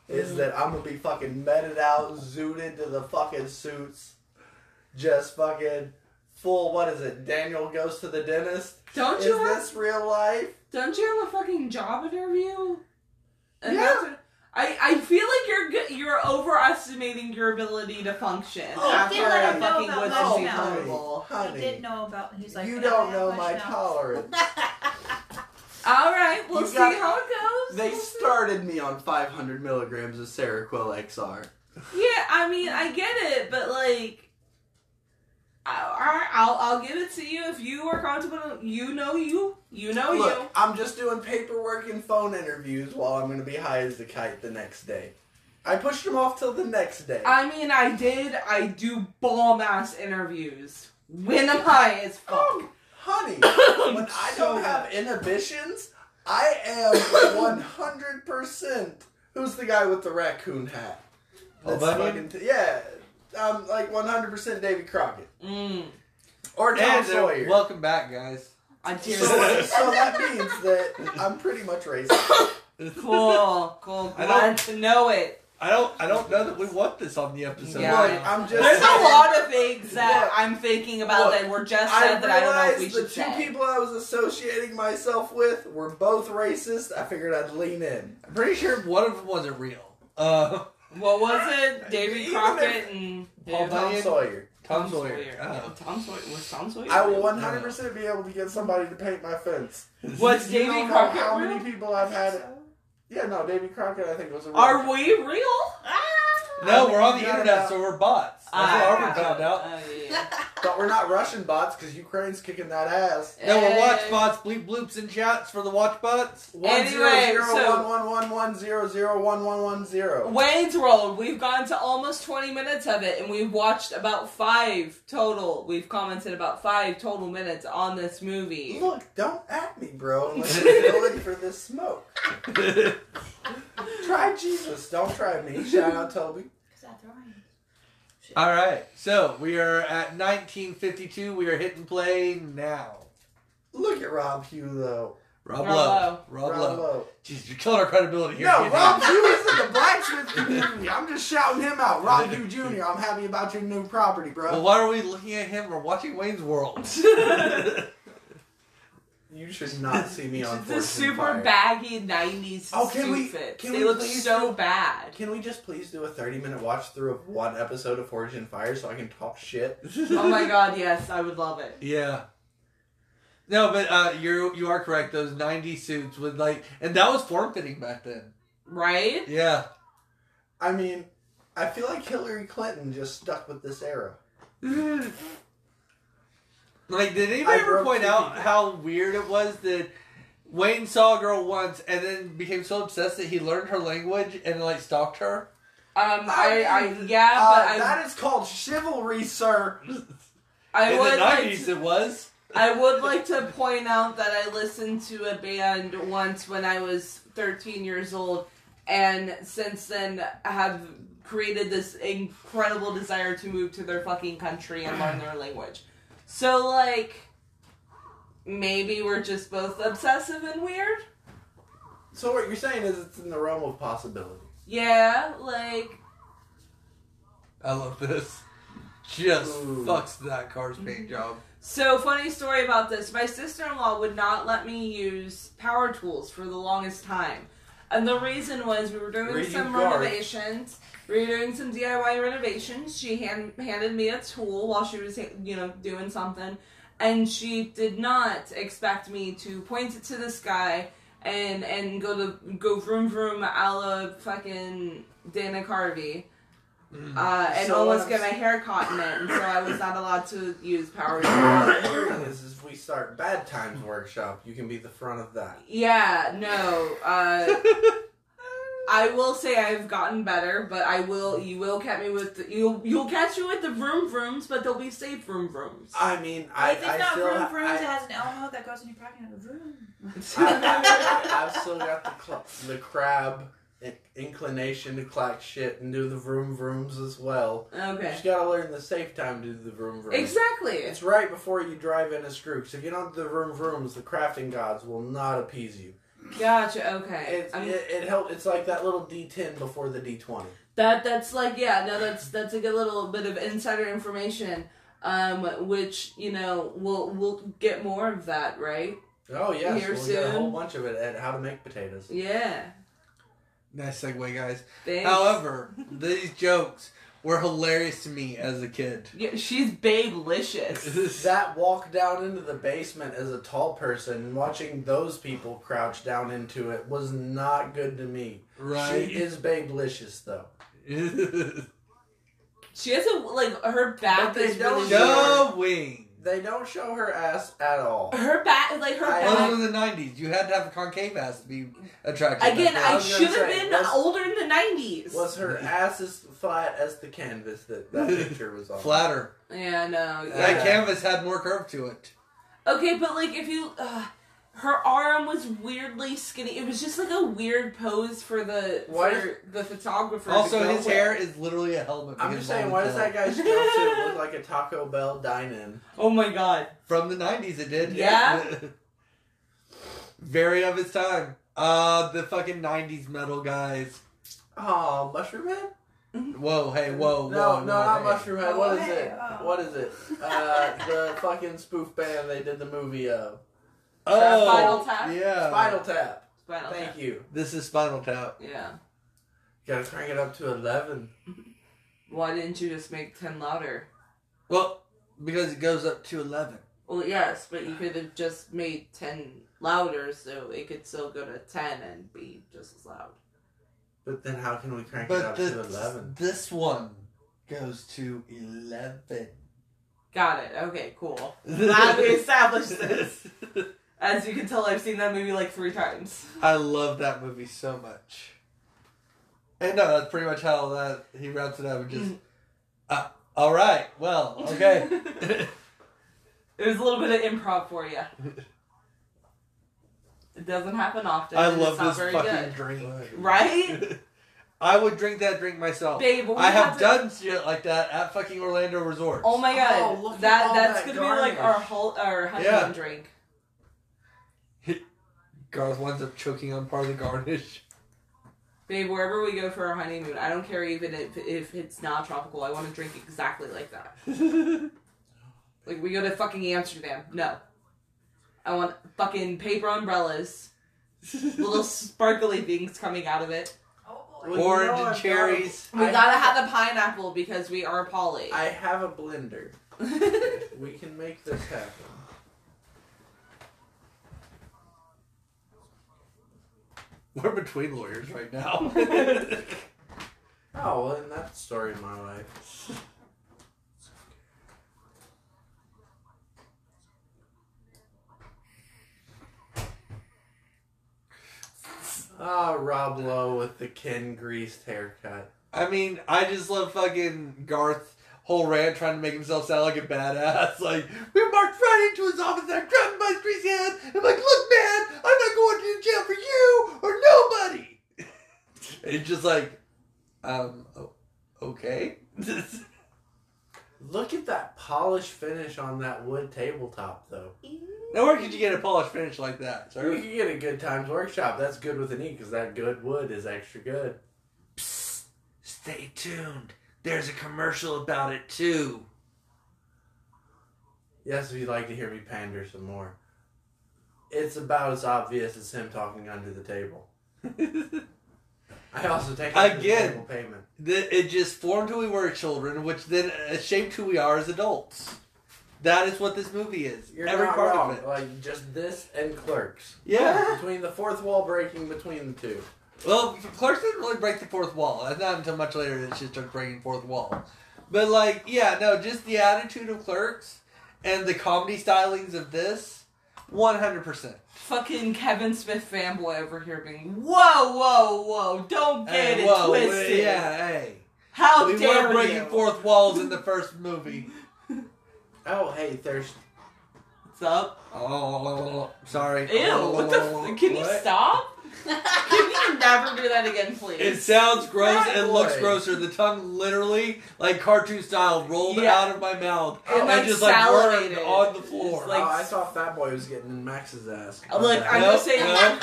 D: Mm.
A: Is that I'm gonna be fucking meted out, zooted to the fucking suits, just fucking full. What is it? Daniel goes to the dentist.
C: Don't
A: Is
C: you have
A: this real life?
C: Don't you have a fucking job interview? And
A: Yeah.
C: that's what- I, I feel like you're go- you're overestimating your ability to function
A: Oh,
C: after
A: did let
C: a
A: him
D: know
C: fucking
D: about
C: woods
D: that
C: and
A: Oh,
D: now.
C: tolerable.
A: honey,
D: He did know about. He's like,
A: you
D: "Can I
A: don't
D: have
A: know
D: much
A: my
D: now?"
A: tolerance.
C: All right, we'll
A: You
C: see
A: got-
C: how it goes.
A: they
C: We'll see.
A: started me on 500 milligrams of Seroquel XR.
C: Yeah, I mean, I get it, but like, I, I, will I'll give it to you if you are comfortable. You know you, you
D: Oh,
C: know
A: Look, I'm just doing paperwork and phone interviews while I'm gonna be high as a kite the next day. I pushed them off till the next day.
C: you. I mean, I did. I do bomb ass interviews when I'm high as fuck.
A: Oh, honey, when I
C: So
A: don't have inhibitions, I am one hundred percent. Who's the guy with the raccoon hat?
B: Paul
A: That's
B: Bunyan?
A: fucking- yeah, I'm like one hundred percent Davy Crockett
C: Mm,
A: or Tom
B: And uh,
A: Sawyer.
B: welcome back, guys.
C: I dare
A: so,
C: you.
A: so that means that I'm pretty much racist.
C: Cool, cool.
B: I
C: Glad to know it.
B: I don't. I don't know that we want this on the episode.
C: Yeah.
A: Look, I'm just.
C: There's a
A: saying,
C: lot of things that
A: Look,
C: I'm thinking about
A: look,
C: that were just
A: I
C: said that I don't know if we
A: realized the
C: should
A: two
C: say.
A: people I was associating myself with were both racist. I figured I'd lean in.
B: I'm pretty sure one of them wasn't real. Uh,
C: What was it? David
A: Even
C: Crockett and
B: Paul
A: Tom
C: David-
B: Bunyan?
A: Sawyer.
B: Tom Sawyer. Oh. Uh,
C: Yeah, Tom Sawyer. Was Tom Sawyer?
A: I will
C: real?
A: 100% be able to get somebody to paint my fence.
C: Was
A: You
C: Davy
A: don't know
C: Crockett
A: how
C: real?
A: many people I've had? Yeah, no, Davy Crockett. I think was a real
C: Are we real?
D: Ah!
B: No, we're on the
A: Yeah.
B: internet, so we're bots. That's
C: Ah,
B: what Armin found out.
C: uh, yeah.
A: But we're not Russian bots because Ukraine's kicking that ass.
B: No, we're watch
C: Uh,
B: bots, bleep bloops and shouts for the watch bots.
A: One zero
C: Anyway,
A: zero
C: so-
A: one one one one zero zero one one one zero.
C: Wayne's World. We've gone to almost 20 minutes of it, and we've watched about five total. We've commented about five total minutes on this movie.
A: Look, don't at me, bro. Unless you're going for this smoke. Try Jesus. Don't try me. Shout out Toby.
D: Is that right?
B: All right, so we are at 1952. We are hitting play now.
A: Look at Rob Hugh though.
B: Rob
C: Rob
B: Lowe.
C: Lowe.
B: Rob
A: Rob
B: Lowe.
A: Lowe.
B: Jeez, you're killing our credibility here.
A: No,
B: kid.
A: Rob Hugh is in the blacksmith community. I'm just shouting him out. Rob Hugh Jr., I'm happy about your new property, bro.
B: Well, why are we looking at him? We're watching Wayne's World.
A: You should not see me on
C: The
A: Fortune
C: super
A: Fire.
C: baggy 90s
A: Oh, can
C: suit
A: we-
C: fits.
A: can
C: they
A: we
C: look
A: please
C: so
A: do-
C: bad.
A: Can we just please do a 30 minute watch through of one episode of Fortune Fire so I can talk shit?
C: oh my god, yes, I would love it.
B: yeah. No, but uh, you you are correct. Those 90 suits with like, and that was form fitting back then.
C: Right?
B: Yeah.
A: I mean, I feel like Hillary Clinton just stuck with this era.
B: Like, did anybody
A: I
B: ever
A: broke
B: point
A: two
B: out
A: people.
B: how weird it was that Wayne saw a girl once and then became so obsessed that he learned her language and like stalked her?
C: Um, I,
A: I
C: I,
A: mean,
C: yeah,
A: Uh,
C: but I,
A: that is called chivalry, sir.
C: I
B: In the
C: would like to-
B: nineties, it was.
C: I would like to point out that I listened to a band once when I was 13 years old, and since then have created this incredible desire to move to their fucking country and learn their language. So, like, maybe we're just both obsessive and weird?
A: So, what you're saying is it's in the realm of possibility.
C: Yeah, like,
B: I love this. Just
A: Ooh.
B: fucks that car's paint job.
C: So funny story about this. My sister-in-law would not let me use power tools for the longest time. And the reason was we were doing
A: Reading
C: some
A: guard.
C: renovations. We were doing some DIY renovations. She hand, handed me a tool while she was, you know, doing something, and she did not expect me to point it to the sky and and go to go vroom vroom a la fucking Dana Carvey.
A: Mm-hmm.
C: uh, and
A: So
C: almost
A: what
C: get
A: I'm
C: my hair caught in it, and so I was not allowed to use Power Rangers.
A: is if we start Bad Times Workshop, you can be the front of that.
C: yeah, no. Uh, I will say I've gotten better, but I will. You will catch me with the, you'll you'll catch me with the vroom vrooms, but they'll be safe vroom vrooms.
A: I mean, I,
D: if it's
A: I
D: not
A: still
D: room
A: ha-
D: for us,
A: I-
D: it has an elmo that goes in your pocket and a room.
A: I've, I've still got the cl- the crab in- inclination to clack shit and do the vroom vrooms as well. You
C: okay,
A: just gotta learn the safe time to do the vroom vrooms.
C: exactly.
A: It's right before you drive into Scrooge. If you don't do the vroom vrooms, the crafting gods will not appease you.
C: Gotcha. Okay,
A: It,
C: I'm
A: it, it help, It's like that little D10 before the D20.
C: That that's like yeah no that's that's a good little bit of insider information, um which you know we'll we'll get more of that right
A: Oh yes,
C: Here
A: we'll get a whole
C: soon.
A: bunch of it at how to make potatoes.
C: yeah
B: Nice segue, guys.
C: thanks.
B: However, these jokes were hilarious to me as a kid.
C: yeah, she's babelicious.
A: That walk down into the basement as a tall person, watching those people crouch down into it, was not good to me. She
B: right?
A: is babelicious though.
C: She has a like her back
A: But they
C: is
A: don't
C: really
A: show-
B: no
C: weird.
B: wings.
A: They don't show her ass at all.
C: her back like her
A: I-
B: Well,
C: back.
B: this was the '90s. You had to have a concave ass to be attractive.
C: Again,
B: back
C: I
A: was gonna
C: should have
A: say,
C: been
A: was-
C: older in the nineties.
A: Was her ass as flat as the canvas that that picture was on?
B: then. flatter.
C: Yeah, no. Yeah.
B: That canvas had more curve to it.
C: Okay, but like if you, uh, her arm was weirdly skinny. It was just like a weird pose for the
A: Why
C: for
A: does-
C: the photographer. to
B: Also,
C: go
B: his
C: with.
B: hair is literally a helmet.
A: I'm
B: because
A: just
B: of all
A: saying,
B: the
A: why does
B: color.
A: that guy's jumpsuit look like a Taco Bell dine-in?
C: Oh my god.
B: From the '90s, it did.
C: Yeah.
B: Very of its time. Uh, the fucking '90s metal guys.
A: Oh, mushroom head?
B: Whoa, hey, whoa,
A: no,
B: whoa,
A: no,
B: whoa,
A: not
B: hey.
A: mushroom head.
D: Oh,
A: What is
D: hey,
A: it?
D: oh.
A: What is it? Uh, the fucking spoof band they did the movie of.
B: Oh,
C: Spinal Tap?
B: Yeah,
A: Spinal Tap.
C: Spinal
A: Thank
C: Tap.
A: you.
B: This is Spinal Tap.
C: Yeah.
A: Gotta crank it up to eleven.
C: Why didn't you just make ten louder?
B: Well, because it goes up to eleven.
C: Well, yes, but you could have just made ten louder, so it could still go to ten and be just as loud.
A: But then how can we crank it
B: But
A: up to
B: the,
A: eleven?
B: this one goes to eleven.
C: Got it. Okay, cool. Glad we established this. As you can tell, I've seen that movie like three times.
B: I love that movie so much. And no, that's pretty much how that he wraps it up. And
A: Mm.
B: just, uh, all right, well, okay.
C: It was a little bit of improv for you. It doesn't happen often.
B: I
C: and
B: love
C: it's not
B: this
C: very
B: fucking
C: good.
B: drink.
C: Right?
B: I would drink that drink myself.
C: Babe, we
B: I have,
C: to-
B: done shit like that at fucking Orlando Resort.
C: Oh my god,
A: Oh, look at
C: that
A: all
C: that's
A: that
C: gonna be like our
A: garnish.
C: whole our honeymoon
B: Yeah.
C: drink.
B: Garth winds up choking on part of the garnish.
C: Babe, wherever we go for our honeymoon, I don't care even if, if it's not tropical. I want to drink exactly like that. Like we go to fucking Amsterdam. No, I want fucking paper umbrellas, little sparkly things coming out of it.
D: Oh boy.
A: Well, you
B: Orange
A: know
B: and
A: I've
B: cherries.
C: We
A: I
C: gotta
A: have-
C: have a pineapple because we are poly.
A: I have a blender. We can make this happen.
B: We're between lawyers right now.
A: Oh, well, and that's the story of my life. Ah, Rob Lowe with the Ken greased haircut.
B: I mean, I just love fucking Garth whole rant trying to make himself sound like a badass. Like, we marched right into his office and I grabbed him by his greasy hand. I'm like, look, man, I'm not going to jail for you or nobody. And he's just like, um, o- okay.
A: Look at that polished finish on that wood tabletop, though.
B: Nowhere could you get a polished finish like that,
A: You
B: sir.
A: could get a good times workshop. That's good with an E because that good wood is extra good.
B: Psst, stay tuned. There's a commercial about it too.
A: Yes, if you'd like to hear me pander some more. It's about as obvious as him talking under the table. I also take under the
B: Again.
A: table payment.
B: The, it just formed who we were as children, which then uh, shaped who we are as adults. That is what this movie is.
A: You're
B: Every
A: not
B: part
A: wrong.
B: of it.
A: Like just this and clerks.
B: yeah.
A: Between the fourth wall breaking between the two.
B: Well, Clark's didn't really break the fourth wall. That's not until much later that she starts breaking fourth wall. But like, yeah, no, just the attitude of Clerks and the comedy stylings of this, one hundred percent.
C: Fucking Kevin Smith fanboy over here being, whoa, whoa, whoa, don't get it
B: whoa,
C: twisted.
B: yeah, hey,
C: How
B: we
C: dare
B: were breaking
C: you?
B: fourth walls in the first movie.
A: Oh, hey, there's.
C: What's up?
B: Oh, sorry.
C: Ew, what the f- Can you
B: What?
C: stop? Can you never do that again, please?
B: It sounds gross
A: Bad
B: and looks
A: boy.
B: grosser. The tongue literally, like cartoon style, rolled
C: Yeah.
B: out of my mouth
C: And,
B: and
C: like,
B: just like wormed
C: salivated.
B: on the floor.
C: It's like-
A: oh, I saw Fat Boy was getting in Max's ass.
C: Look, I'm
B: Nope,
C: just saying.
B: nope.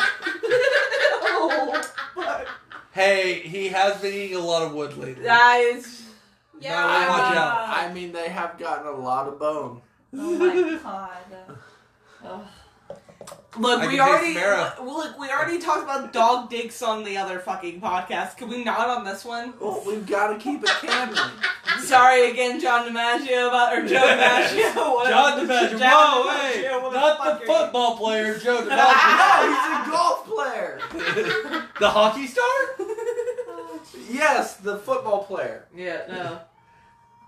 C: Oh, fuck.
B: hey, he has been eating a lot of wood lately.
C: That is.
D: Yeah.
B: No, watch out.
A: I mean, they have gotten a lot of bone.
D: Oh my god.
C: Look,
B: I
C: we
B: can taste
C: already
B: Mara.
C: look, look. We already talked about dog dicks on the other fucking podcast. Can we not on this one?
A: Well, we've got to keep it canon.
C: Sorry again, John DiMaggio about or Joe DiMaggio. whatever.
B: John DiMaggio. Whoa,
C: DiMaggio,
B: hey,
C: what
B: not
C: fuck
B: the
C: are you?
B: football player Joe
A: no,
B: DiMaggio.
A: Oh, he's a golf player.
B: the hockey star
A: Yes, the football player.
C: Yeah, no.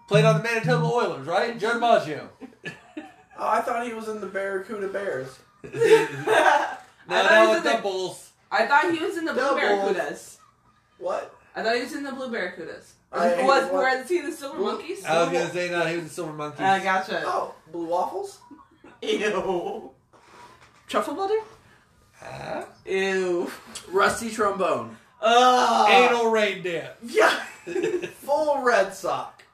B: played on the Manitoba Oilers, right? Joe DiMaggio.
A: Oh, I thought he was in the Barracuda Bears.
B: No,
C: I thought
B: that
C: he
B: was
C: was in
B: the
C: the-
B: Bulls.
C: I thought he was in the Blue
A: Double.
C: Barracudas.
A: What?
C: I thought he was in the Blue Barracudas.
A: I-
C: was
A: what-
C: was he in the Silver
A: Blue-
C: Monkeys?
B: I was gonna say no, he was the Silver Monkeys.
C: I gotcha.
A: Oh, blue waffles?
C: Ew. Truffle butter?
B: Huh?
C: Ew.
A: Rusty trombone.
C: Ugh.
B: Anal rain dance.
A: Yeah. Full red sock.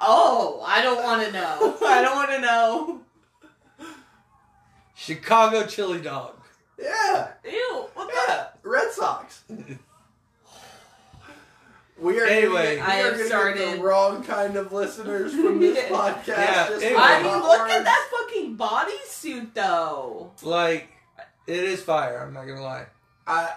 C: Oh, I don't want to know. I don't want to know.
B: Chicago chili dog.
A: Yeah.
C: Ew. What the?
A: Yeah. Red Sox. We are
B: Anyway.
A: gonna get- we
C: I
A: are
C: have
A: gonna get
C: started-
A: the wrong kind of listeners from this
C: Yeah.
A: podcast.
B: Yeah,
A: just
B: anyway.
A: for
C: I mean,
A: hot
C: look at
A: words.
C: that fucking bodysuit, though.
B: Like, it is fire. I'm not gonna lie.
A: I,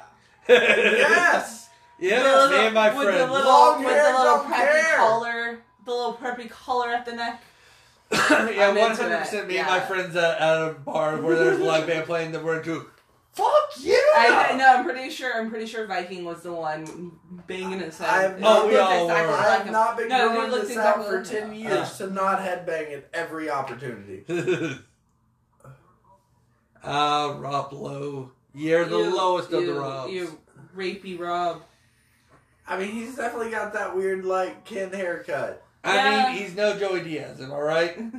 B: yeah,
A: yes.
B: yeah,
C: The little-
B: me and my
C: with
B: friend.
C: The little,
A: Long
C: with
A: hair,
C: the little
A: don't
C: preppy
A: care.
C: collar, the little preppy collar at the neck.
B: yeah,
C: I'm
B: one
C: into
B: hundred percent.
C: it,
B: Me and my
C: yeah.
B: friends at, at a bar where there's a live band playing that we're into. Fuck yeah!
C: I no, I'm pretty sure. I'm pretty sure Viking was the one banging his head.
A: I have
C: It
A: not-
B: Oh, we
C: looked
B: all
C: exactly
B: were.
A: I
C: like
A: have
C: him.
A: not been
C: No, dude,
A: growing
C: looked
A: this out
C: exactly
A: for
C: like
A: ten
C: him.
A: years
B: Uh.
A: to not headbang at every opportunity.
B: Ah, Rob Lowe. You're the
C: You-
B: lowest of the
C: you-
B: Robs.
C: You rapey Rob.
A: I mean, he's definitely got that weird like Ken haircut.
B: I
C: Yeah.
B: mean, he's no Joey Diaz, am I right? I'm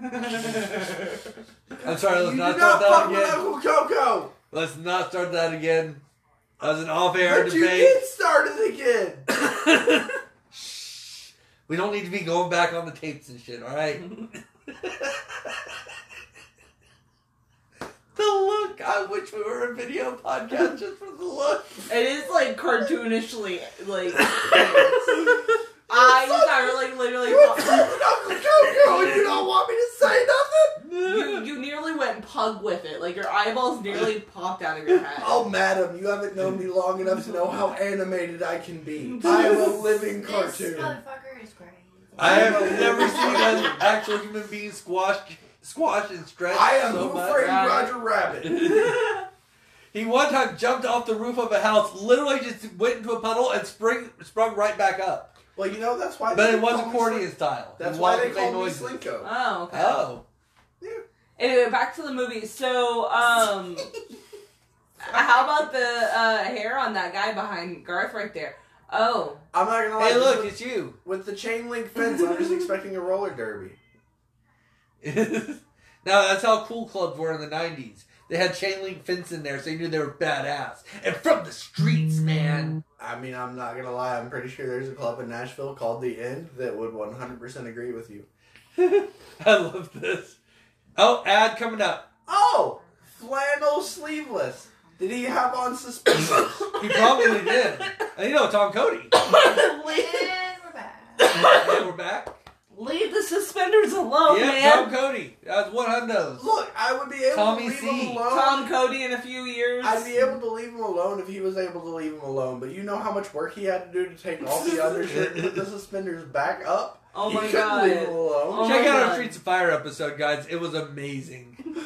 B: sorry, let's
A: you
B: not
A: do
B: start
A: not fuck
B: that
A: with
B: again.
A: Uncle Coco,
B: Let's not start that again. That was an off-air
A: but you
B: debate.
A: did start it again.
B: Shh. we don't need to be going back on the tapes and shit, alright? the look! I wish we were a video podcast just for the look.
C: It is like cartoonishly like eyes are like literally.
A: You insulted Uncle Coco, and you don't want me to say nothing?
C: You, you nearly went pug with it. Like your eyeballs nearly popped out of your head.
A: Oh, madam, you haven't known me long enough to know how animated I can be. I am a
D: Oh,
A: living
D: This
A: cartoon.
D: motherfucker is crazy.
B: I have never seen an actual human being squash, squash and stretch
A: I am
B: so
A: Who
B: much.
A: Framed
C: Right.
A: Roger Rabbit.
B: He one time jumped off the roof of a house, literally just went into a puddle and spring, sprung right back up.
A: Well, you know, that's why...
B: But
A: they
B: it was
A: call me
B: accordion
A: Slink-
B: style.
A: That's
B: It
A: why they
B: wasn't made
A: called me
B: noises.
A: Slinko.
C: Oh, okay.
B: Oh.
C: Anyway, back to the movie. So, um, how about the uh, hair on that guy behind Garth right there? Oh,
A: I'm not gonna lie.
B: Hey,
A: just
B: look,
A: with,
B: it's you.
A: with the chain link fence, I'm just expecting a roller derby.
B: now, that's how cool clubs were in the 90s. They had chain link fence in there, so you knew they were badass. And from the streets, man.
A: I mean, I'm not gonna lie. I'm pretty sure there's a club in Nashville called The End that would 100% agree with you.
B: I love this. Oh, ad coming up.
A: Oh, flannel sleeveless. Did he have on suspenders?
B: He probably did. And you know, Tom Cody.
D: And we're back.
B: and we're back.
C: leave the suspenders alone,
B: yeah,
C: Oh, man. Oh,
B: Tom Cody. That's one hundos.
A: Look, I would be able
B: Tommy
A: to leave
B: C.
A: him alone.
C: Tom Cody in a few years.
A: I'd be able to leave him alone if he was able to leave him alone. But you know how much work he had to do to take off the other shirt and put the suspenders back up.
C: oh
A: he
C: my
A: couldn't leave him
C: god.
A: alone.
C: Oh
B: Check
C: my
B: out our
C: God.
B: Streets of Fire episode, guys. It was amazing.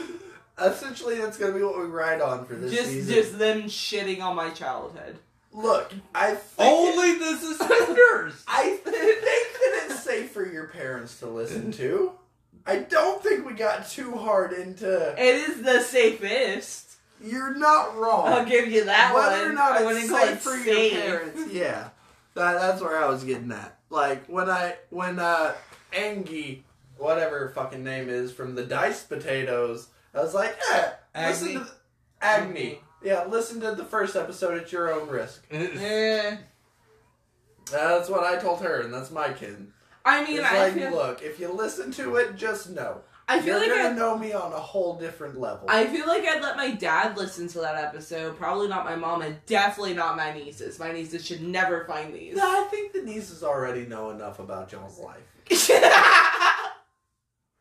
A: essentially that's gonna be what we ride on for this
C: Just
A: season.
C: just them shitting on my childhood.
A: Look, I think
B: Only the suspenders.
A: I th- think that it's safe for your parents to listen to. I don't think we got too hard into.
C: It is the safest.
A: You're not wrong.
C: I'll give you that
A: Whether
C: one.
A: or not
C: I
A: it's
C: wouldn't call
A: safe
C: it
A: for
C: safe.
A: your parents, yeah, that, that's where I was getting at. Like when I when uh Angie, whatever her fucking name is from the diced potatoes, I was like, eh, listen
B: Agni.
A: to the- Agni. Yeah, listen to the first episode at your own risk.
C: Eh.
A: That's what I told her, and that's my kid.
C: I mean,
A: It's
C: I
A: like,
C: feel,
A: look, if you listen to it, just know
C: I feel
A: you're
C: like
A: gonna
C: I,
A: know me on a whole different level.
C: I feel like I'd let my dad listen to that episode. Probably not my mom, and definitely not my nieces. My nieces should never find these.
A: No, I think the nieces already know enough about John's life.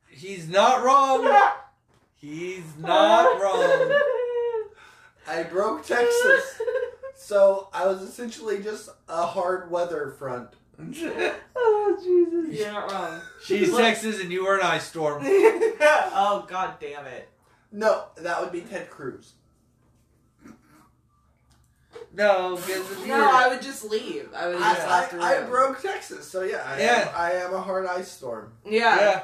B: He's not wrong. He's not wrong.
A: I broke Texas. So I was essentially just a hard weather front.
C: oh Jesus, you're not wrong.
B: She's Texas and you are an ice storm.
C: oh God damn it.
A: No, that would be Ted Cruz.
B: No, because if
C: No,
B: you're-
C: I would just leave. I would just
A: I,
C: have to
A: I, I
C: leave.
A: broke Texas, so yeah, I,
B: Oh, Yeah.
A: Am, I am a hard ice storm.
C: Yeah.
B: yeah.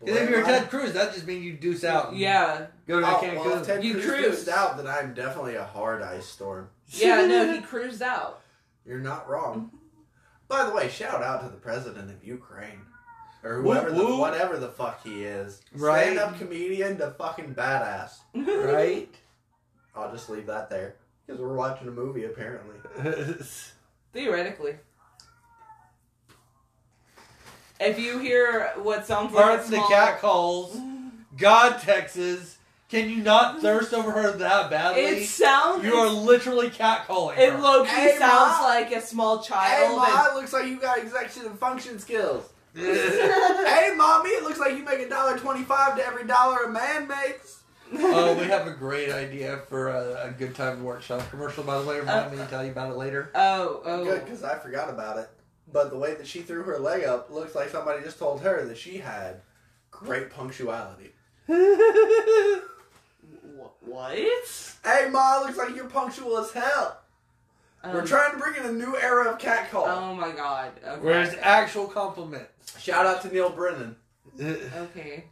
B: 'Cause if you're Ted Cruz, that just means you deuce out.
C: Yeah.
B: and
C: Yeah.
B: Go to
A: oh,
B: Cancun.
A: well, if Ted
C: You
A: Cruz
C: Cruz.
A: gets out, then I'm definitely a hard ice storm.
C: no, he cruised out.
A: You're not wrong. By the way, shout out to the president of Ukraine. Or
B: Woo,
A: whoever the,
B: woo.
A: whatever the fuck he is.
B: Right.
A: Stand up comedian to fucking badass.
B: right?
A: I'll just leave that there. Because we're watching a movie apparently.
C: Theoretically. If you hear what sounds like a
B: Pardon the
C: small-
B: cat calls. God, Texas. Can you not thirst over her that badly?
C: it sounds
B: you are literally catcalling
C: it
B: her.
C: low key
A: Hey,
C: sounds
A: Ma.
C: like a small
A: Hey,
C: child.
A: Ma, it looks like you got executive function skills.
B: oh,
A: hey, mommy, it looks like you make a dollar twenty-five to every dollar a man makes.
B: Oh, we have a great idea for a, a good time workshop commercial. By the way, remind me to tell you about it later.
C: oh, oh.
A: Good, because I forgot about it. But the way that she threw her leg up looks like somebody just told her that she had great punctuality.
C: Wh- What?
A: Hey, ma, it looks like you're punctual as hell. We're
C: Um,
A: trying to bring in a new era of catcall.
C: Oh my god. Okay.
B: Where's actual compliment?
A: Shout out to Neil Brennan.
C: Okay.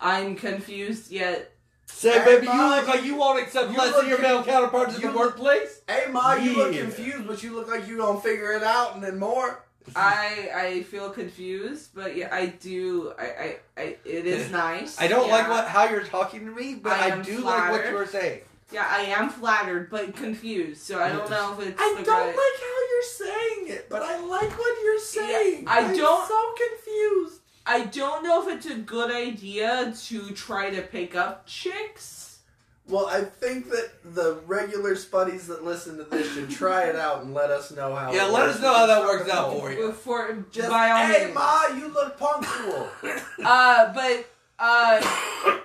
C: I'm confused yet.
B: Say,
A: Hey,
B: baby,
A: Ma,
B: you look like you won't accept
A: you
B: less
A: look
B: than your
A: conf-
B: male counterparts in
A: you
B: the
A: look-
B: workplace.
A: Hey, ma, you look
B: Yeah.
A: confused, but you look like you gonna figure it out and then more.
C: I I feel confused, but yeah, I do. I I, I it is nice.
B: I don't
C: yeah.
B: like what how you're talking to me, but I,
C: I am
B: do like what
C: flattered.
B: you are saying.
C: Yeah, I am flattered, but confused. So I don't know if it's.
A: I
C: the
A: don't
C: right-
A: like how you're saying it, but I like what you're saying.
C: I
A: am
C: don't-
A: So confused.
C: I don't know if it's a good idea to try to pick up chicks.
A: Well, I think that the regular spuddies that listen to this should try it out and let us know how.
B: Yeah,
A: it
B: let
A: works.
B: us know how that
A: It's
B: works
A: not
B: out
A: gonna-
B: for you.
C: Before
A: Oh, Just,
C: by all
A: hey,
C: means.
A: ma, you look punctual.
B: Oh
C: Uh, but uh,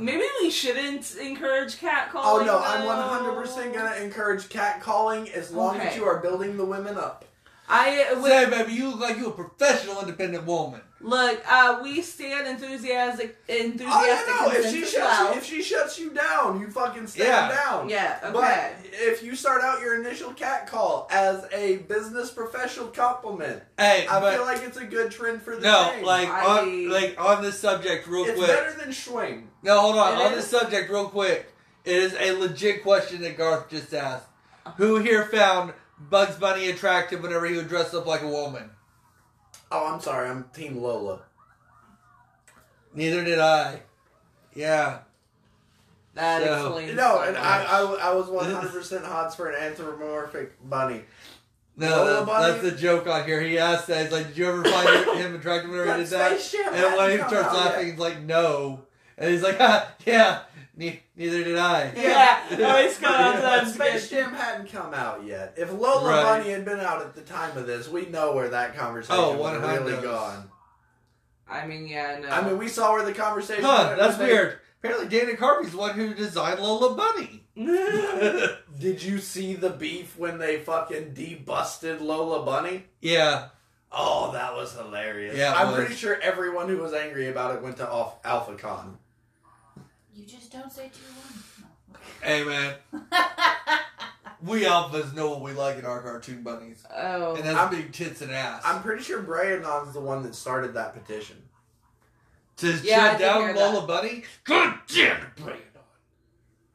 C: maybe we shouldn't encourage cat
A: oh
C: calling.
A: no, I'm 100 percent gonna encourage catcalling as long as
C: Okay.
A: you are building the women up.
C: I would
B: Say, baby, you look like you a professional independent woman.
C: Look, uh, we stand enthusiastic, enthusiastic.
A: Oh yeah, no, if she
C: consensus
A: shuts
C: well.
A: you, if she shuts you down, you fucking stand
B: Yeah.
A: down.
C: yeah, okay.
A: But if you start out your initial cat call as a business professional compliment,
B: Hey,
A: I
B: but
A: feel like it's a good trend for the
B: no,
A: thing.
B: like
C: I-
B: on like on this subject, real
A: it's
B: quick.
A: better than Schwing.
B: No, hold on.
C: It
B: On
C: is-
B: this subject, real quick, it is a legit question that Garth just asked. Who here found Bugs Bunny attractive whenever he would dress up like a woman?
A: Oh, I'm sorry, I'm Team Lola.
B: Neither did I. Yeah.
C: that
B: so-
C: explains.
A: No,
C: so
A: and
C: much.
A: I, I, I was 100% odds for an anthropomorphic bunny.
B: No,
A: Lola
B: that-
A: Bunny-
B: that's the joke on here. He asked that. He's like, "Did you ever find him attractive whenever he
A: But
B: did that?"
A: Space Jam
B: And when
A: hadn't
B: he
A: come
B: starts
A: out
B: laughing,
A: yet.
B: he's like, "No," and he's like, "Ha, "Yeah, ne- neither did I."
C: yeah, Oh, always go out to
A: But
C: that
A: Space Jam hadn't come out yet. If Lola
B: Right.
A: Bunny had been out at the time of this, we know where that conversation
B: Oh,
A: would have really
B: 100.
A: gone.
C: I mean, yeah, no.
A: I mean, we saw where the conversation.
B: Huh,
A: went.
B: that's weird. Apparently, Dana Carvey's the one who designed Lola Bunny.
A: Did you see the beef when they fucking debusted Lola Bunny?
B: yeah,
A: Oh, that was hilarious.
B: Yeah, it
A: I'm
B: was.
A: pretty sure everyone who was angry about it went to off AlphaCon.
D: You just don't say two one.
B: Hey man, we alphas know what we like in our cartoon bunnies,
C: Oh.
B: and that's
A: I'm-
B: big tits and ass.
A: I'm pretty sure Brandon's the one that started that petition.
B: to
C: Yeah, I
B: shut
C: did hear
B: down
C: that.
B: Lola Bunny. Good damn it, Brandon.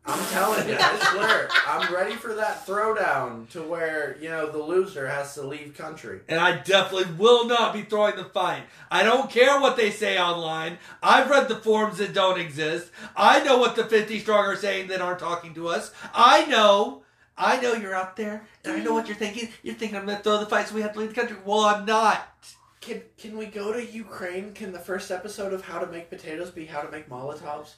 A: I'm telling you, I swear, I'm ready for that throwdown to where you know the loser has to leave country.
B: And I definitely will not be throwing the fight. I don't care what they say online. I've read the forums that don't exist. I know what the 50 strong are saying that aren't talking to us. I know. I know you're out there, and I know what you're thinking. You're thinking I'm going to throw the fight so we have to leave the country. Well, I'm not.
A: Can can we go to Ukraine? Can the first episode of How to Make Potatoes be How to Make Molotovs?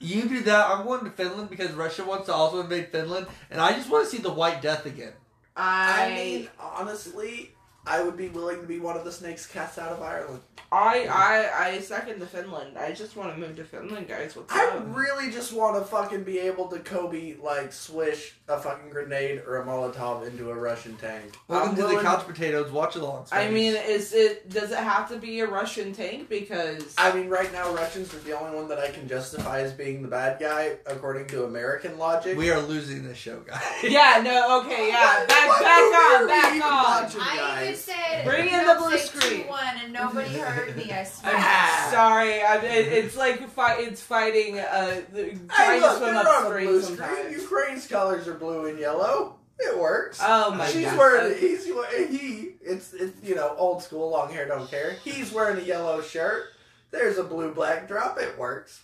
B: You do that. I'm going to Finland because Russia wants to also invade Finland, and I just want to see the White Death again.
C: I,
A: I mean, honestly, I would be willing to be one of the snakes cast out of Ireland.
C: I, I, I second the Finland. I just want to move to Finland, guys. What's
A: I
C: up?
A: really just want to fucking be able to Kobe like swish a fucking grenade or a Molotov into a Russian tank.
B: Welcome
A: I'm
B: to the
A: willing-
B: Couch Potatoes Watch Along.
C: I mean, is it does it have to be a Russian tank? Because
A: I mean, right now Russians are the only one that I can justify as being the bad guy according to American logic.
B: we are losing this show, guys.
C: yeah, no, okay, yeah,
A: What-
C: back
A: what movie are we
C: back
A: even
C: on, back
A: watching?
C: on.
D: I even
A: Guys.
D: said
C: Bring in
D: don't
C: the blue
D: say
C: screen.
D: 2-1 and nobody heard me. I swear.
C: I'm sorry. I, it, it's like fi- it's fighting. Uh, the-
A: Hey,
C: trying to
A: look,
C: swim
A: they're
C: up
A: on a blue
C: stream
A: screen.
C: sometimes.
A: Ukraine's colors are blue and yellow. It works.
C: Oh my
A: She's
C: god.
A: wearing he's we- he it's it's you know old school long hair don't care. He's wearing a yellow shirt. There's a blue black drop. It works.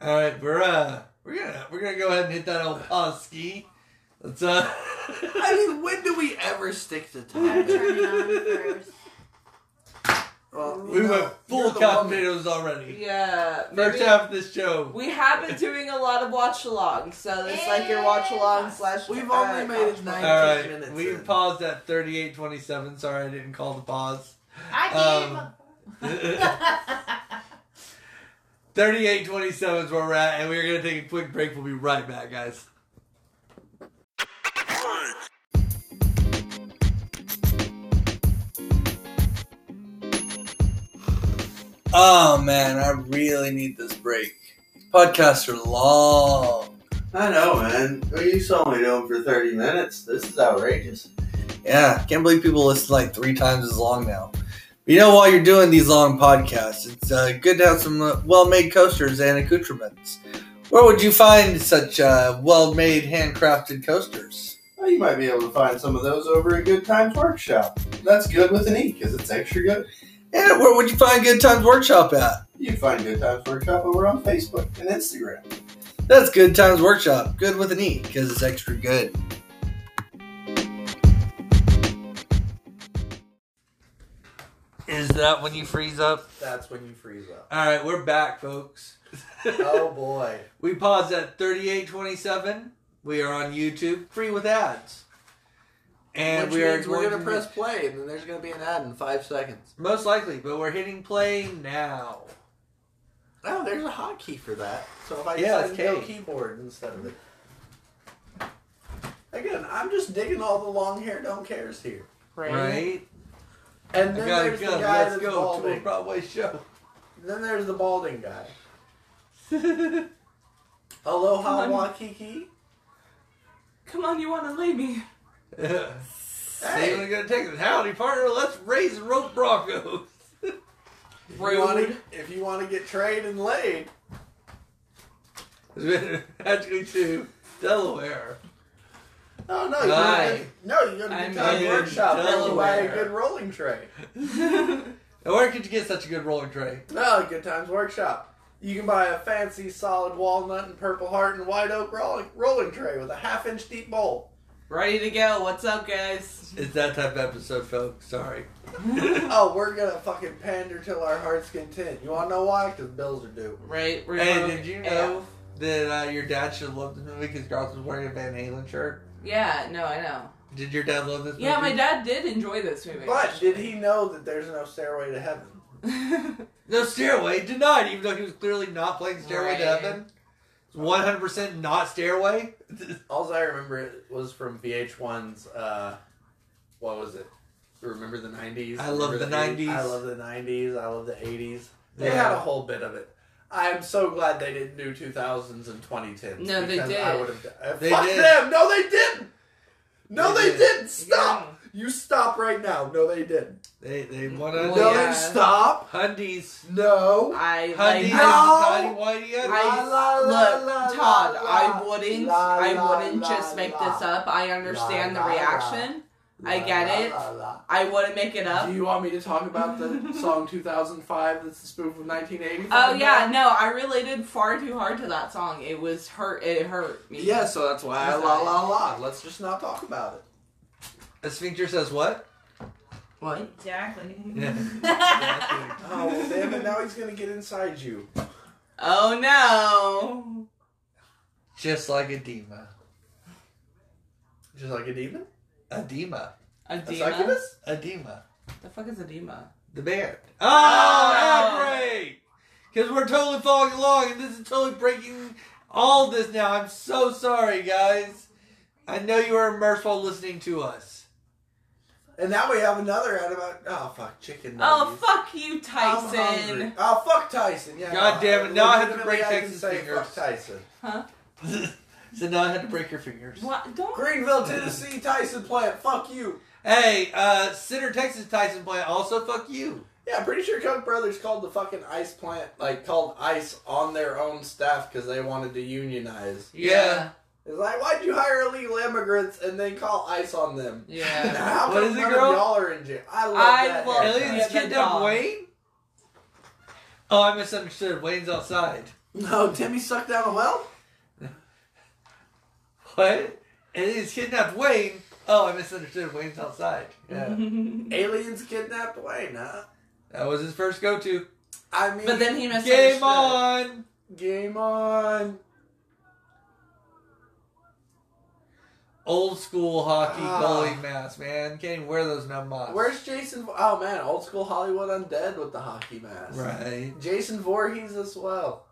B: All right, we're uh, we're gonna we're gonna go ahead and hit that old pause ski. Let's uh.
A: mean, when do we ever stick to
D: I'm turning on first.
A: Well,
B: We
A: you know,
B: went full
A: you're the
B: couch
A: woman.
B: potatoes already.
C: yeah.
B: First
C: Maybe,
B: half of this show.
C: we have been doing a lot of watch alongs, so it's like your watch along slash.
A: We've
C: uh,
A: only made it
C: watch-
B: All
A: nine
B: right,
A: minutes.
B: we
A: in.
B: paused at thirty-eight twenty-seven. Sorry, I didn't call the pause.
A: Um,
D: I did.
B: Um, Thirty-eight twenty-seven is where we're at, and we're gonna take a quick break. We'll be right back, guys. Oh man, I really need this break. Podcasts are long.
A: I know, man. You saw me do them for thirty minutes. This is outrageous.
F: Yeah, can't believe people listen like three times as long now. But you know, while you're doing these long podcasts, it's uh, good to have some uh, well-made coasters and accoutrements. Where would you find such uh, well-made, handcrafted coasters?
A: Well, Oh, you might be able to find some of those over at Good Times Workshop. That's good with an E because it's extra good.
F: And where would you find Good Times Workshop at?
A: You can find Good Times Workshop over on Facebook and Instagram.
F: That's Good Times Workshop. Good with an E, because it's extra good.
B: Is that when you freeze up?
A: That's when you freeze up.
B: All right, we're back, folks.
A: Oh boy.
B: We paused at 3827. We are on YouTube, free with ads. And
A: Which
B: we are
A: means we're
B: going
A: gonna press play, and then there's gonna be an ad in five seconds.
B: most likely, but we're hitting play now.
A: Oh, there's a hotkey for that. So if I
B: Yeah,
A: decide
B: it's
A: to go
B: K.
A: keyboard instead of it. Again, I'm just digging all the long hair don't cares here.
B: Right?
A: And
B: I
A: then
B: got a
A: there's the
B: gun.
A: guy
B: Let's
A: that's
B: go to a
A: balding.
B: Broadway show.
A: Then there's the balding guy.
B: All
A: Aloha
C: Come on.
A: Waikiki.
C: Come on, you want to leave me?
B: Hey. we're gonna take it. Howdy, partner. Let's raise and rope Broncos.
A: If you wanna-
C: Rude.
A: If you want to get trade and laid,
B: Actually, to Delaware.
A: oh no, you
B: Aye.
A: gotta, no, you gotta
C: I'm
A: get time
B: in
A: workshop. That's buy a
B: Delaware.
A: good rolling tray.
B: Now, where could you get such a good rolling tray?
A: No, Good Times Workshop. You can buy a fancy solid walnut and purple heart and white oak rolling, rolling tray with a half inch deep bowl.
C: Ready to go. What's up, guys?
B: It's that type of episode, folks. Sorry.
A: Oh, we're gonna fucking pander till our heart's content. You wanna know why? Because bills are due.
C: Right. We're
B: Hey,
C: both-
B: did you know that uh, your dad should love this movie because Garth was wearing a Van Halen shirt?
C: Yeah. yeah. No, I know.
B: Did your dad love this movie?
C: Yeah, my dad did enjoy this movie.
A: But did he know that there's no stairway to heaven?
B: No, Stairway denied, even though he was clearly not playing Stairway to
C: Right.
B: Heaven. It's 100% not Stairway.
A: All I remember was from VH1's. Uh, what was it? Remember the '90s?
B: I love
A: Remember
B: the 90s.
A: I love the '90s. I love the '80s. They
B: Yeah.
A: had a whole bit of it. I'm so glad they didn't do 2000s and 2010s.
C: No, they
A: because
C: did.
A: I would have.
B: They
A: Fuck
B: did.
A: them! No, they didn't. No,
B: They
A: they,
B: did.
A: did. not Stop. You stop right now. No, they didn't.
B: They they want
C: Well,
B: to
A: no,
C: yeah.
A: they stop.
B: Hundies.
A: No.
C: I
B: Hundies.
C: like.
A: No!
B: Tidy whitey
C: I-
B: undies.
C: Look, Todd, I wouldn't, I wouldn't just make this up. I understand
A: la,
C: the
A: la.
C: reaction. I get it.
A: it.
C: I wouldn't make it up.
A: Do you want me to talk about the song 2005 that's the spoof of 1985?
C: Oh yeah, no, I related far too hard to that song. It was hurt. It hurt me.
A: Yeah, so that's why I
C: Sorry.
A: la la la. Let's just not talk about it.
B: A sphincter says what?
C: What?
D: Exactly.
B: Yeah.
A: Oh, well, damn it. Now he's going to get inside you.
C: Oh no.
B: Just like edema.
A: Just like a demon?
B: Edema.
C: Edema.
B: Edema.
C: The fuck is edema?
B: The band. Oh,
C: Oh.
B: outbreak! Because we're totally following along, and this is totally breaking all this now. I'm so sorry, guys. I know you were immersed while listening to us.
A: And now we have another ad about. Oh, fuck. Chicken.
C: Oh
A: nuggets.
C: fuck you,
A: I'm
C: Tyson.
A: hungry. Oh, fuck Tyson. Yeah.
B: God damn it, now I have to
A: Legitimately,
B: break
A: I can
B: Texas
A: say
B: fingers.
A: Fuck Tyson.
B: so now I had to break your fingers.
C: What? Don't.
A: Greenville, Tennessee, Tyson plant. Fuck you.
B: Hey, uh, Sitter, Texas Tyson plant also fuck you.
A: Yeah, I'm pretty sure Koch brothers called the fucking ice plant, like, called ice on their own staff because they wanted to unionize.
B: Yeah.
A: It's like, why'd you hire illegal immigrants and then call ice on them?
C: Yeah.
A: How
B: What
A: come
B: is it,
A: none
B: girl?
A: of y'all are in jail? I love
C: I
A: that.
C: love
A: haircut.
B: Aliens
C: Yeah, that
B: kidnapped
C: dog.
B: Wayne? Oh, I misunderstood. Wayne's outside.
A: No, Timmy sucked down a well?
B: What? Aliens kidnapped Wayne? Oh, I misunderstood. Wayne's outside.
C: Mm-hmm.
B: Yeah.
A: Aliens kidnapped Wayne, huh?
B: that was his first go to.
A: I mean,
C: But then he missed.
B: Game on!
A: game on.
B: Old school hockey
A: Ah.
B: goalie mask, man. Can't even wear those no masks.
A: Where's Jason? Oh man, old school Hollywood undead with the hockey mask.
B: Right.
A: Jason Voorhees as well.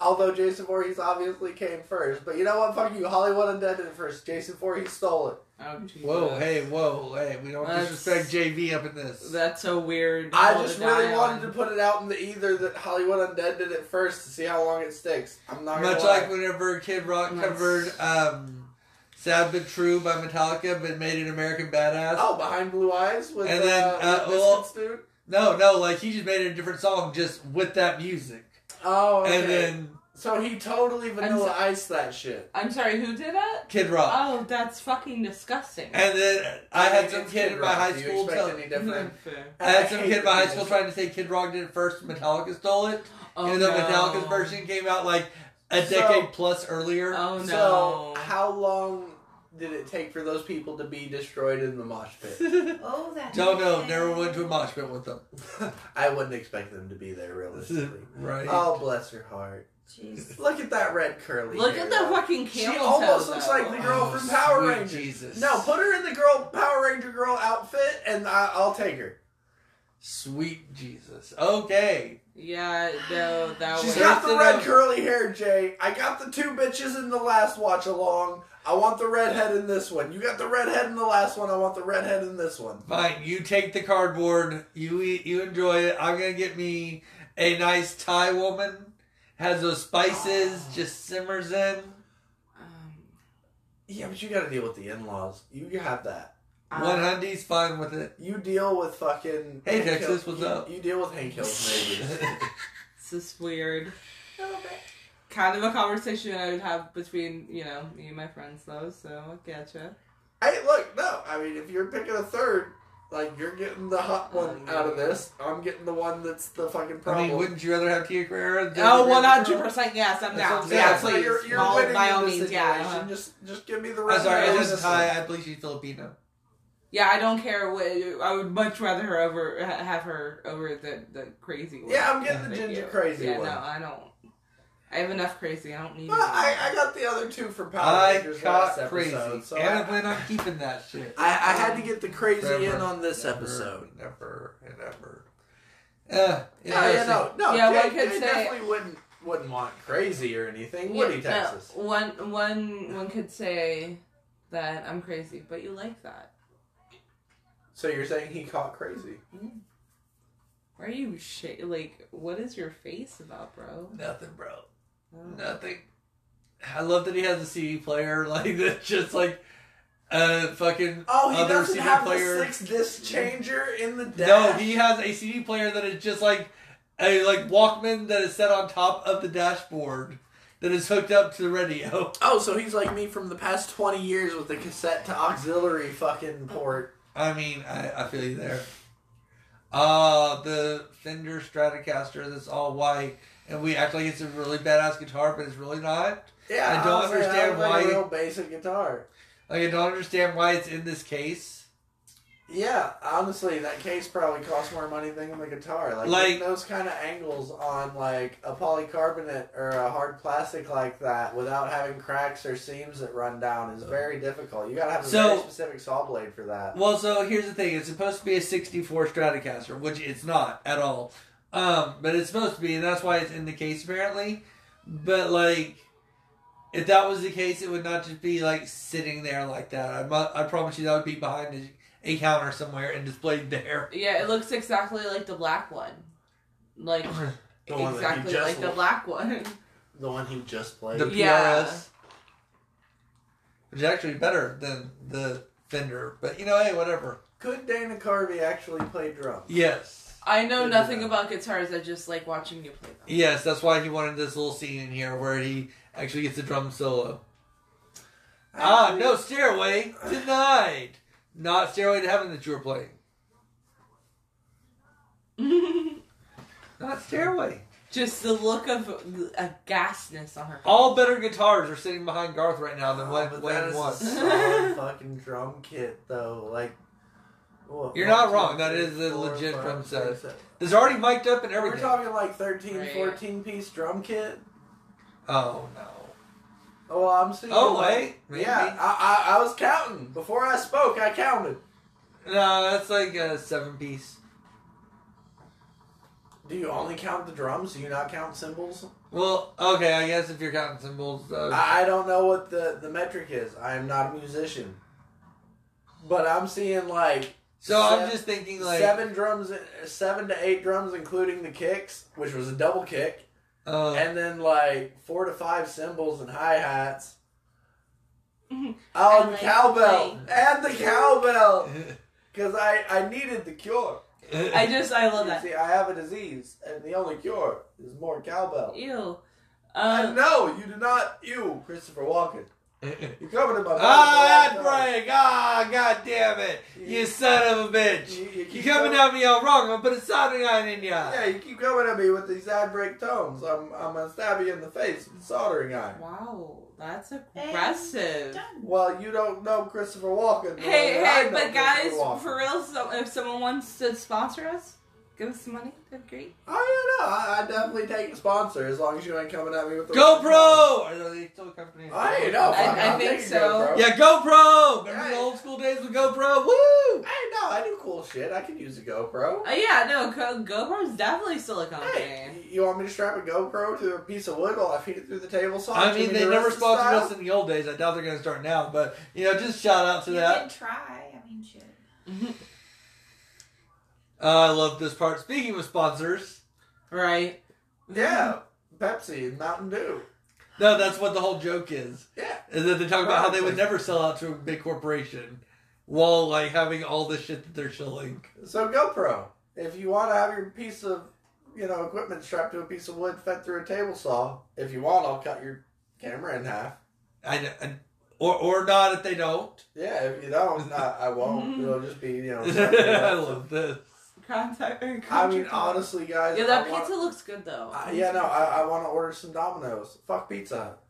A: Although Jason Voorhees obviously came first, but you know what? Fuck you, Hollywood Undead did it first. Jason Voorhees stole it.
C: Oh,
B: Whoa, hey, whoa, hey. We don't
C: That's-
B: disrespect JV up in this.
C: That's a weird.
A: I
C: hill
A: just
C: to
A: really
C: die
A: wanted
C: on.
A: to put it out in the ether that Hollywood Undead did it first to see how long it sticks. I'm not
B: Much
A: gonna lie.
B: like whenever Kid Rock
C: That's-
B: covered um, Sad But True by Metallica but made it American Badass.
A: oh, behind blue eyes with
B: And
A: and
B: then,
A: uh,
B: uh,
A: with
B: well-
A: Biscuits dude.
B: No, no, like he just made it a different song just with that music.
A: Oh, okay.
B: And then
A: so he totally vanilla
C: so-
A: iced that shit.
C: I'm sorry. Who did it?
B: Kid
A: Uh,
B: Rock.
C: Oh, that's fucking disgusting.
B: And then I
A: mean,
B: had some
A: it's
B: kid in my
A: Rock.
B: high
A: Do you
B: school.
A: expect
B: tell-
A: any
C: Mm-hmm.
A: different?
B: I had some
A: hate
B: kid in my high
A: Kid
B: school
A: Rock.
B: trying to say Kid Rock did it first, Metallica stole it,
C: oh,
B: and the
C: no.
B: Metallica's version came out like a
A: So-
B: decade plus earlier.
C: Oh no.
A: So how long did it take for those people to be destroyed in the mosh pit?
D: Oh, that.
B: Don't know. Never went to a mosh pit with them.
A: I wouldn't expect them to be there realistically.
B: Right.
A: Oh, bless her heart.
D: Jeez.
A: Look at that red curly.
C: Look
A: hair,
C: at the
A: though.
C: fucking
A: She
C: camel
A: almost
C: toe,
A: looks
C: though.
A: like the girl from
C: Oh,
A: Power
B: sweet
A: Rangers.
B: Jesus.
A: No, put her in the girl Power Ranger girl outfit, and I, I'll take her.
B: Sweet Jesus. Okay.
C: Yeah, no, that
A: She's
C: was.
A: got the
B: Wasted
A: red
B: up.
A: curly hair, Jay. I got the two bitches in the last watch along. I want the redhead in this one. You got the redhead in the last one. I want the redhead in this one.
B: Fine. You take the cardboard. You eat, you enjoy it. I'm gonna get me a nice Thai woman. Has those spices.
C: Oh.
B: Just simmers in.
C: Um,
A: Yeah, but you got to deal with the in-laws. You, you have that.
C: Uh.
B: One hundies fine with it.
A: You deal with fucking.
B: Hey,
A: Hank Hill-
B: Texas, what's
A: you,
B: up?
A: You deal with Hank Hill's neighbors.
C: This is weird.
D: A little bit.
C: Kind of a conversation I would have between, you know, me and my friends, though, so I getcha.
A: Hey, look, no. I mean, if you're picking a third, like you're getting the hot
C: Oh,
A: one
C: yeah.
A: out of this. I'm getting the one that's the fucking
B: I
A: problem.
B: mean, wouldn't you rather have Tia Carrera? than
C: Oh,
B: the Red
C: 100% yes,
B: That's
C: I'm
B: what I'm
C: down.
B: saying.
C: Yeah,
B: That's
C: please.
B: why
A: you're, you're
C: All-
A: winning
C: by all
A: in this
C: means,
A: situation.
C: yeah. uh-huh.
A: Just, just give me the
B: Girl?
A: rest.
B: I'm sorry,
A: of
B: it
A: the
B: isn't
A: list.
B: Thai. I believe she's Filipino.
C: Yeah, I don't care. What, I would much rather her over ha- have her over the, the crazy one.
A: Yeah, I'm getting the
C: Thank
A: ginger
C: you.
A: crazy
C: yeah,
A: one.
C: no, I don't. I have enough crazy. I don't need
A: Well,
C: it.
A: I, I got the other two for Power
B: I
A: Rangers last
B: caught crazy,
A: episode. So
B: and I
A: I,
B: plan on keeping that shit.
A: I, I had to get the crazy
B: Forever,
A: in on this
B: never,
A: episode.
B: Never and ever. Uh,
A: No, yeah, no, no.
C: Yeah,
A: Jay,
C: one could
A: Jay
C: say-
A: definitely wouldn't wouldn't want crazy or anything, would he,
C: Yeah,
A: Texas?
C: No, one, one, one could say that I'm crazy, but you like that.
A: So you're saying he caught crazy?
C: Why are you sh- like? What is your face about, bro?
B: Nothing, bro.
A: Mm.
C: Oh.
B: Nothing. I love that he has a CD player like that. Just like a fucking
A: Oh, he
B: other
A: doesn't
B: CD
A: have
B: player.
A: the six disc changer in the dash.
B: No, he has a CD player that is just like a like Walkman that is set on top of the dashboard that is hooked up to the radio.
A: Oh, so he's like me from the past twenty years with the cassette to auxiliary fucking port.
B: I mean, I, I feel you there. Uh the Fender Stratocaster that's all white, and we act like it's a really badass guitar, but it's really not.
A: Yeah,
B: I don't
A: honestly,
B: understand
A: that was like
B: why-
A: a real basic guitar.
B: Like I don't understand why it's in this case.
A: Yeah, honestly, that case probably costs more money than the guitar. Like,
B: Like-
A: getting those kind of angles on like a polycarbonate or a hard plastic like that without having cracks or seams that run down is very difficult. You gotta have a
B: So-
A: very specific saw blade for that.
B: Well, so here's the thing: it's supposed to be a '64 Stratocaster, which it's not at all. Um, but it's supposed to be, and that's why it's in the case apparently. But like, if that was the case, it would not just be like sitting there like that. I, mu- I promise you, that would be behind a, a counter somewhere and displayed there.
C: Yeah, it looks exactly like the black one. Like
A: The one that you
C: exactly
A: just
C: like the
A: looked-
C: black one.
A: The one he just played.
B: The PRS,
C: Yeah.
B: which is actually better than the Fender. But you know, hey, whatever.
A: Could Dana Carvey actually play drums?
B: Yes.
C: I know
A: Good
C: nothing
A: job.
C: about guitars. I just like watching you play them.
B: Yes, that's why he wanted this little scene in here where he actually gets a drum solo. Ah, no, Stairway denied. Not Stairway to Heaven that you were playing. Not Stairway.
C: just the look of a gasness on her. face.
B: All better guitars are sitting behind Garth right now than
A: Oh,
B: Wayne
A: but that
B: Wayne
A: is
B: was.
A: a solid fucking drum kit though. Like, what-
B: You're
A: one,
B: not
A: two,
B: wrong. That
A: three,
B: is a
A: four,
B: legit
A: five,
B: drum
A: six,
B: set.
A: seven.
B: There's already mic'd up and
A: We're
B: everything.
A: talking like 13,
C: Right.
A: 14 piece drum kit.
B: Oh no.
A: Oh, well, I'm seeing.
B: Oh
A: like-
B: wait, maybe.
A: Yeah, I, I, I was counting before I spoke. I counted.
B: No, that's like a seven piece.
A: Do you only count the drums? Do you not count cymbals?
B: Well, okay, I guess if you're counting cymbals, though.
A: I, I don't know what the the metric is. I am not a musician, but I'm seeing like
B: so i I'm
A: se-
B: just thinking like
A: seven drums, seven to eight drums, including the kicks, which was a double kick,
B: uh,
A: and then like four to five cymbals and hi hats.
C: Mhm.
A: Oh,
D: I
A: the
D: like
A: cowbell
D: playing.
A: and the cowbell, because I I needed the cure.
C: I just I love
A: You
C: that.
A: See, I have a disease, and the only cure is more cowbell.
C: Ew.
A: And
C: Um,
A: no, you do not. You, Christopher Walken. You covered in my mouth.
B: Ah, that break! Ah, god damn it! You son of a bitch!
A: You, you
B: You
A: keep
B: coming
A: up.
B: at me all wrong, I'm gonna put a soldering iron in ya!
A: Yeah, you keep coming at me with these ad break tones. I'm, I'm gonna stab you in the face with a soldering iron.
C: wow, that's aggressive.
D: Done.
A: Well, you don't know Christopher Walken. the
C: Hey,
A: way that I
C: hey,
A: know
C: but guys,
A: Christopher Walken.
C: for real, so, if someone wants to sponsor us, give us some money. That'd be great.
A: Oh yeah, no, I, I definitely take a sponsor as long as you ain't coming at me with the
B: GoPro! Are they still a company?
A: I ain't know.
C: I-
A: fuck,
C: I
A: I'll
C: think
A: take a
C: so.
A: GoPro.
B: Yeah, GoPro! Remember
A: Yeah.
B: the old school days with GoPro? Woo!
A: Hey, no, I do cool shit. I can use a GoPro.
C: Uh, yeah, no, Go- GoPro's definitely still a company.
A: Hey, y- you want me to strap a GoPro to a piece of wood while I feed it through the table saw?
B: I mean,
A: Jimmy
B: they never
A: Durante
B: sponsored
A: style?
B: us in the old days. I doubt they're gonna start now, but, you know, just shout out to
D: You
B: that.
D: can try. I mean, shit.
B: Uh, I love this part. Speaking of sponsors,
C: Right.
A: Yeah, Pepsi and Mountain Dew.
B: no, that's what the whole joke is.
A: Yeah,
B: Is that they talk about how they would
A: Probably.
B: never sell out to a big corporation while, like, having all the shit that they're shilling.
A: so GoPro. If you want to have your piece of, you know, equipment strapped to a piece of wood fed through a table saw, if you want, I'll cut your camera in half.
B: I, I- or or not if they don't.
A: Yeah, if you don't, I, I won't. It'll just be, you know. strapped
B: I
A: to
B: love this.
C: Contact. or
A: I mean,
C: contract.
A: honestly, guys.
C: Yeah, that
A: I want-
C: pizza looks good though.
A: I- yeah, no, I, I want to order some Domino's. Fuck Pizza Hut.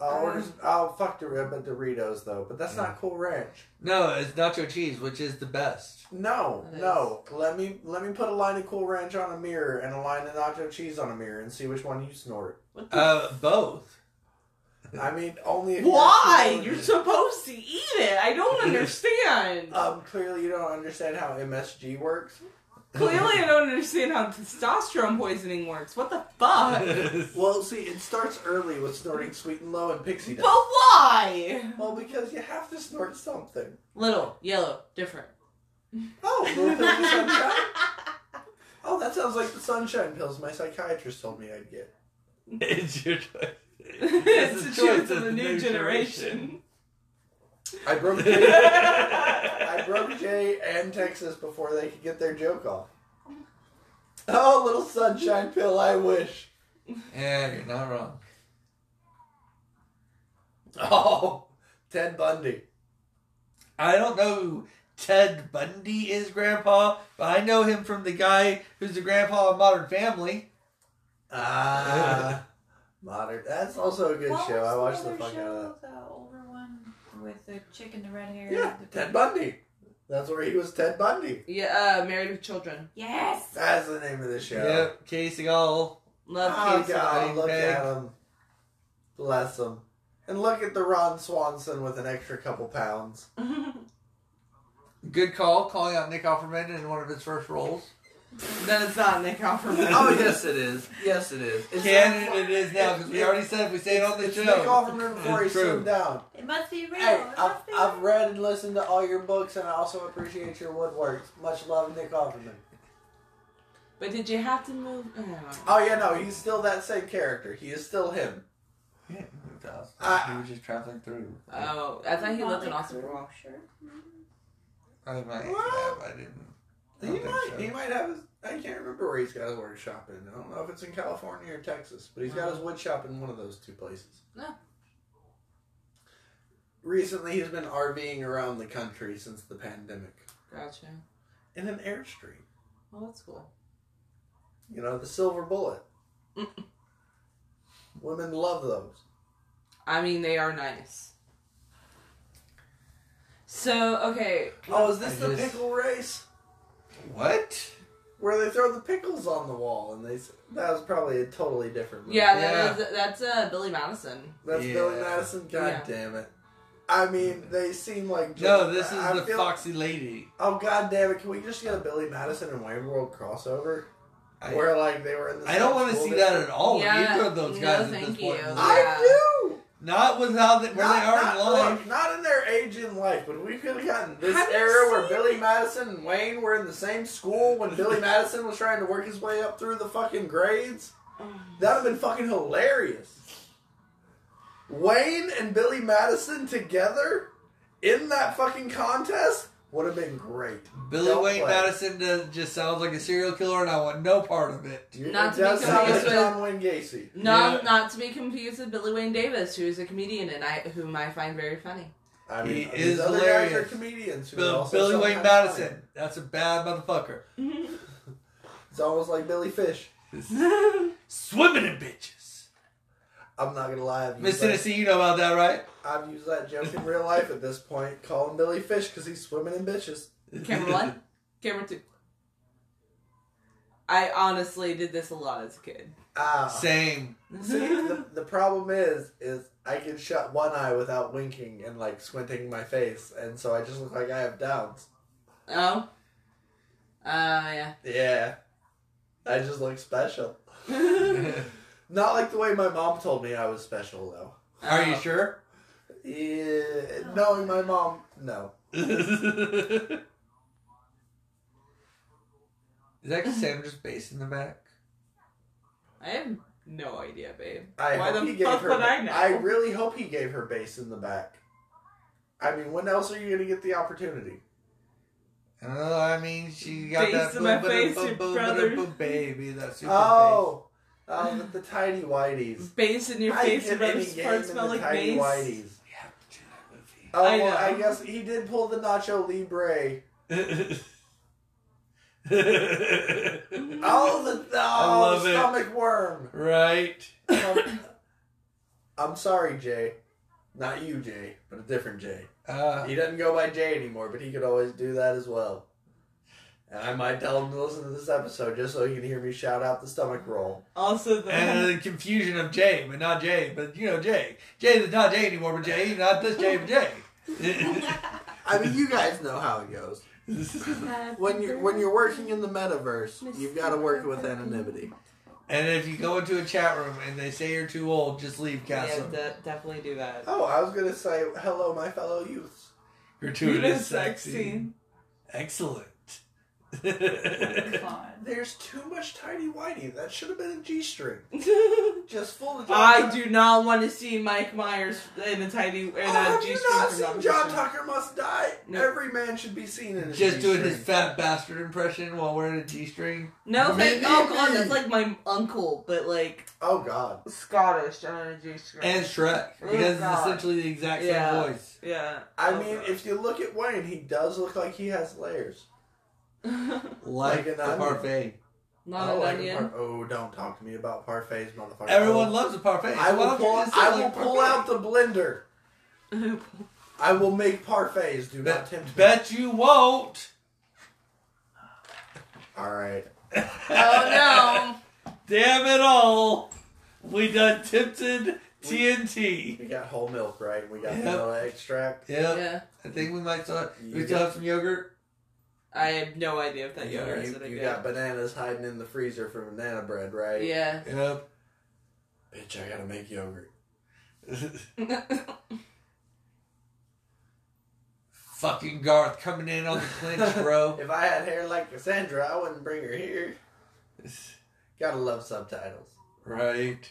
A: I'll
C: Mm.
A: order. Some, I'll fuck the rib at Doritos though, but that's
B: Mm.
A: not Cool Ranch.
B: No, it's nacho cheese, which is the best.
A: No,
C: It
A: no. Let me let me put a line of Cool Ranch on a mirror and a line of nacho cheese on a mirror and see which one you snort.
C: What the
B: Uh, both.
A: I mean, only if you're
C: Why?
A: snorting.
C: You're supposed to eat it. I don't understand.
A: um, clearly you don't understand how MSG works.
C: Clearly, I don't understand how testosterone poisoning works. What the fuck?
A: Well, see, it starts early with snorting Sweet and Low and Pixie
C: but
A: Dust.
C: why?
A: Well, because you have to snort something.
C: Little, yellow, different.
A: Oh, little bit of sunshine. Oh, that sounds like the sunshine pills my psychiatrist told me I'd get.
B: It's your choice.
C: it's
B: the
C: the choice of the new generation.
A: I broke Jay, I broke Jay and Texas before they could get their joke off. Oh, little sunshine pill, I wish.
B: yeah, you're not wrong.
A: Oh, Ted Bundy.
B: I don't know who Ted Bundy is, Grandpa, but I know him from the guy who's the grandpa of Modern Family.
A: Ah, modern. That's also a good
D: What
A: show. I
D: was
A: watched the
D: other
A: fuck out of that.
D: show, The older one with the chick and the red hair.
A: Yeah,
D: the
A: Ted Bundy. That's where he was Ted Bundy.
C: Yeah, uh, Married with Children.
D: Yes.
A: That's the name of the show.
B: Yep, Casey Gall.
C: Love
A: oh,
C: Keith
A: God,
B: Somebody
A: look
B: big.
A: at him. Bless him. And look at the Ron Swanson with an extra couple pounds.
B: Good call, calling out Nick Offerman in one of his first roles.
C: then it's not Nick Offerman.
A: oh, yes, it is. Yes, it is. It's
B: Canon
A: not-
B: it is now because we already said we say it on the
A: It's Nick
B: show.
A: Offerman before he
B: It's true.
A: slimmed down.
D: It must be real.
A: Hey,
D: it
A: I've,
D: must be
A: I've
D: real.
A: read and listened to all your books, and I also appreciate your woodworks. Much love, Nick Offerman.
C: But did you have to move? I don't know.
A: Oh yeah, no, he's still that same character. He is still him.
B: Yeah, moved out.
A: Ah.
B: he was just traveling through.
C: Oh, I thought he lived in
D: Motley
C: Austin for a
D: Crue,
C: while.
D: Sure.
B: I might
A: What?
B: have. I didn't. I
A: He
B: don't think
A: might,
B: so.
A: he might have his. I can't remember where he's got his workshop in. I don't know if it's in California or Texas, but he's got his wood shop in one of those two places.
C: No.
A: Recently, he's been RVing around the country since the pandemic
C: Gotcha.
A: in an airstream.
C: Well, that's cool.
A: You know, the silver bullet. Women love those.
C: I mean, they are nice. So okay,
A: Oh, is this
B: I
A: the
B: just-
A: pickle race?
B: What?
A: Where they throw the pickles on the wall and they. s- That was probably a totally different movie.
C: yeah,
B: Yeah.
C: that is that's uh, Billy Madison.
A: That's
B: Yeah.
A: Billy Madison. God
C: Yeah.
A: damn it. I mean, they seem like
B: No, this is
A: I
B: the
A: feel-
B: foxy lady.
A: Oh god damn it! Can we just get a Billy Madison and Wayne World crossover
B: I,
A: where like they were in the?
B: I don't
A: same
B: want to
A: school
B: see
A: district?
B: that at all.
C: Yeah,
B: Either of those
C: no,
B: guys at
C: thank
B: this point.
C: you.
B: in life.
C: Yeah.
A: I do.
B: Not with how they, where they
A: Not-
B: are
A: not,
B: in life.
A: look, not in their age in life, but we could have gotten this
C: Have you
A: era where
C: seen-
A: Billy Madison and Wayne were in the same school when Billy Madison was trying to work his way up through the fucking grades.
B: Oh,
A: That would have been fucking hilarious. Wayne and Billy Madison together in that fucking contest would have been great.
B: Billy
A: Don't
B: Wayne
A: play.
B: Madison does, just sounds like a serial killer, and I want no part of it.
A: You-
C: Not
A: it
C: to be
A: does sound like
B: confused
C: with-
A: John Wayne Gacy.
C: No,
B: Yeah.
C: not to be confused with Billy Wayne Davis, who is a comedian and I whom I find very funny.
A: I
B: He
A: mean, these
B: is
A: other guys are
B: hilarious.
A: comedians. Who are
B: Bill,
A: also
B: Billy Wayne
A: sometimes
B: Madison.
A: funny.
B: That's a bad motherfucker.
A: It's almost like Billy Fish.
B: Swimming in bitches.
A: I'm not gonna lie. I've used
B: Miss
A: that-
B: Tennessee, you know about that, right?
A: I've used that joke in real life at this point. Call him Billy Fish because he's swimming in bitches.
C: Camera one, camera two. I honestly did this a lot as a kid.
A: Ah.
B: Same.
A: See, the, the problem is, is I can shut one eye without winking and like squinting my face, and so I just look like I have downs.
C: Oh, uh, yeah.
A: Yeah, I just look special. Not like the way my mom told me I was special though.
B: Are
C: Oh.
B: you sure?
A: Yeah, knowing my mom, no.
B: Is that Cassandra's bass in the back?
C: I have no idea, babe.
A: I
C: Why
A: hope
C: the
A: he gave
C: fuck
A: her.
C: would I know?
A: I really hope he gave her bass in the back. I mean, when else are you gonna get the opportunity?
B: Oh, I mean, she got
C: Face
B: that
C: to my
B: boom,
C: face,
B: boom,
C: your
B: boom,
C: brother.
B: boom, boom, baby. That super
A: Oh, oh, with the tiny whiteys.
C: Bass in your
A: I
C: face,
A: get
C: your
A: any
C: brother's
A: game
C: part
A: in
C: smell
A: the
C: like
A: tiny
C: bass.
A: whiteys.
B: bass. We
A: Oh,
C: I
A: well,
C: know.
A: I guess he did pull the Nacho Libre.
B: have to do that movie.
A: Oh, the, oh,
B: love
A: the
B: it.
A: stomach worm.
B: right.
A: Um, I'm sorry, Jay. Not you, Jay, but a different Jay.
B: Uh,
A: He doesn't go by Jay anymore, but he could always do that as well. And I might tell him to listen to this episode just so he can hear me shout out the stomach roll.
C: Also, the
A: Uh,
B: and the confusion of Jay, but not Jay, but you know Jay. Jay is not Jay anymore, but Jay, not this Jay, but Jay.
A: I mean, you guys know how it goes. When you're when you're working in the metaverse, you've got to work with anonymity.
B: and if you go into a chat room and they say you're too old, just leave
C: yeah,
B: Castle.
C: de- definitely do that.
A: Oh, I was gonna say hello, my fellow youths.
B: Gratuitous
C: Unisex
B: sex scene.
C: scene.
B: Excellent.
D: Fine.
A: There's too much tidy whitey. That should have been a G string. Just full of John
C: I
A: Tucker.
C: do not want to see Mike Myers in a tidy in
A: Oh,
C: a
A: have you
C: G-string
A: not
C: from
A: seen
C: Doctor
A: John
C: Strange.
A: Tucker Must Die?
C: No.
A: Every man should be seen in a
B: Just doing his
A: G-string.
B: fat bastard impression while wearing a G string.
C: No, thank
A: Maybe.
C: oh god, that's like my uncle, but like
A: Oh God.
C: Scottish and a G-string.
B: And Shrek.
C: Oh,
B: Because it's
C: God.
B: essentially the exact same
C: Yeah.
B: voice.
C: yeah,
A: I
C: Oh,
A: mean,
C: God.
A: if you look at Wayne, he does look like he has layers.
B: Like,
A: Like an
B: the
A: onion.
B: parfait.
C: not
A: oh,
C: an
A: like a
C: onion.
A: par- oh, don't talk to me about parfaits, motherfucker.
B: Everyone loves a parfait.
A: I
B: so why
A: will
B: don't you
A: pull.
B: just say,
A: I will
B: like,
A: pull
B: parfait?
A: out the blender. I will make parfaits. Do not
B: Bet,
A: tempt me.
B: bet you won't.
A: All right.
C: oh
B: Damn it all. We done tempted TNT.
A: We got whole milk, right? We got
B: Yep.
A: vanilla extract.
C: no!
B: Yep.
C: yeah,
B: I think we might still, we
A: You
B: still
A: got-
B: have some yogurt.
C: I have no idea if that yogurt is
A: you,
C: that I
A: you
C: get.
A: got bananas hiding in the freezer for banana bread, right?
C: Yeah.
B: Yep.
A: Bitch, I gotta make yogurt.
B: Fucking Garth coming in on the clinch, bro.
A: If I had hair like Cassandra, I wouldn't bring her here. Gotta love subtitles.
B: right.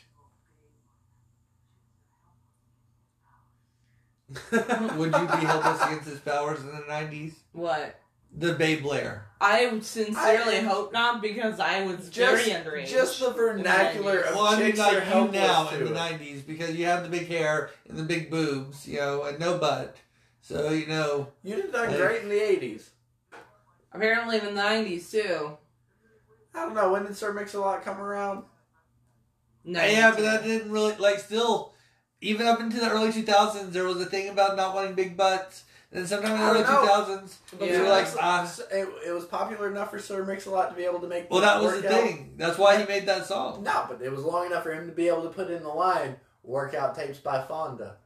B: Would you be helpless against his powers in the 90s?
C: what?
B: The Bay Blair.
C: I sincerely
A: I-
C: hope not because I was
A: Just,
C: very underage.
A: just the vernacular of
B: Well, I mean,
A: chicks
B: like
A: are
B: you
A: helpless
B: now
A: to
B: in the
A: it.
B: '90s because you have the big hair and the big boobs, you know, and no butt. So you know,
A: You did that
B: Like-
A: great in the 80s.
C: apparently in the nineties too.
A: I don't know, when did Sir Mix-a-Lot come around?
C: No,
B: yeah, but that didn't really like. Still, even up into the early 2000s, there was a thing about not wanting big butts. And sometime in the
A: I
B: early
A: don't know.
B: 2000s,
C: Yeah.
B: you were like, ah.
A: it, it was popular enough for Sir Mix-a-Lot to be able to make
B: Well, that was the
A: work out-
B: thing. That's why he made that song.
A: No, but it was long enough for him to be able to put in the line workout tapes by Fonda.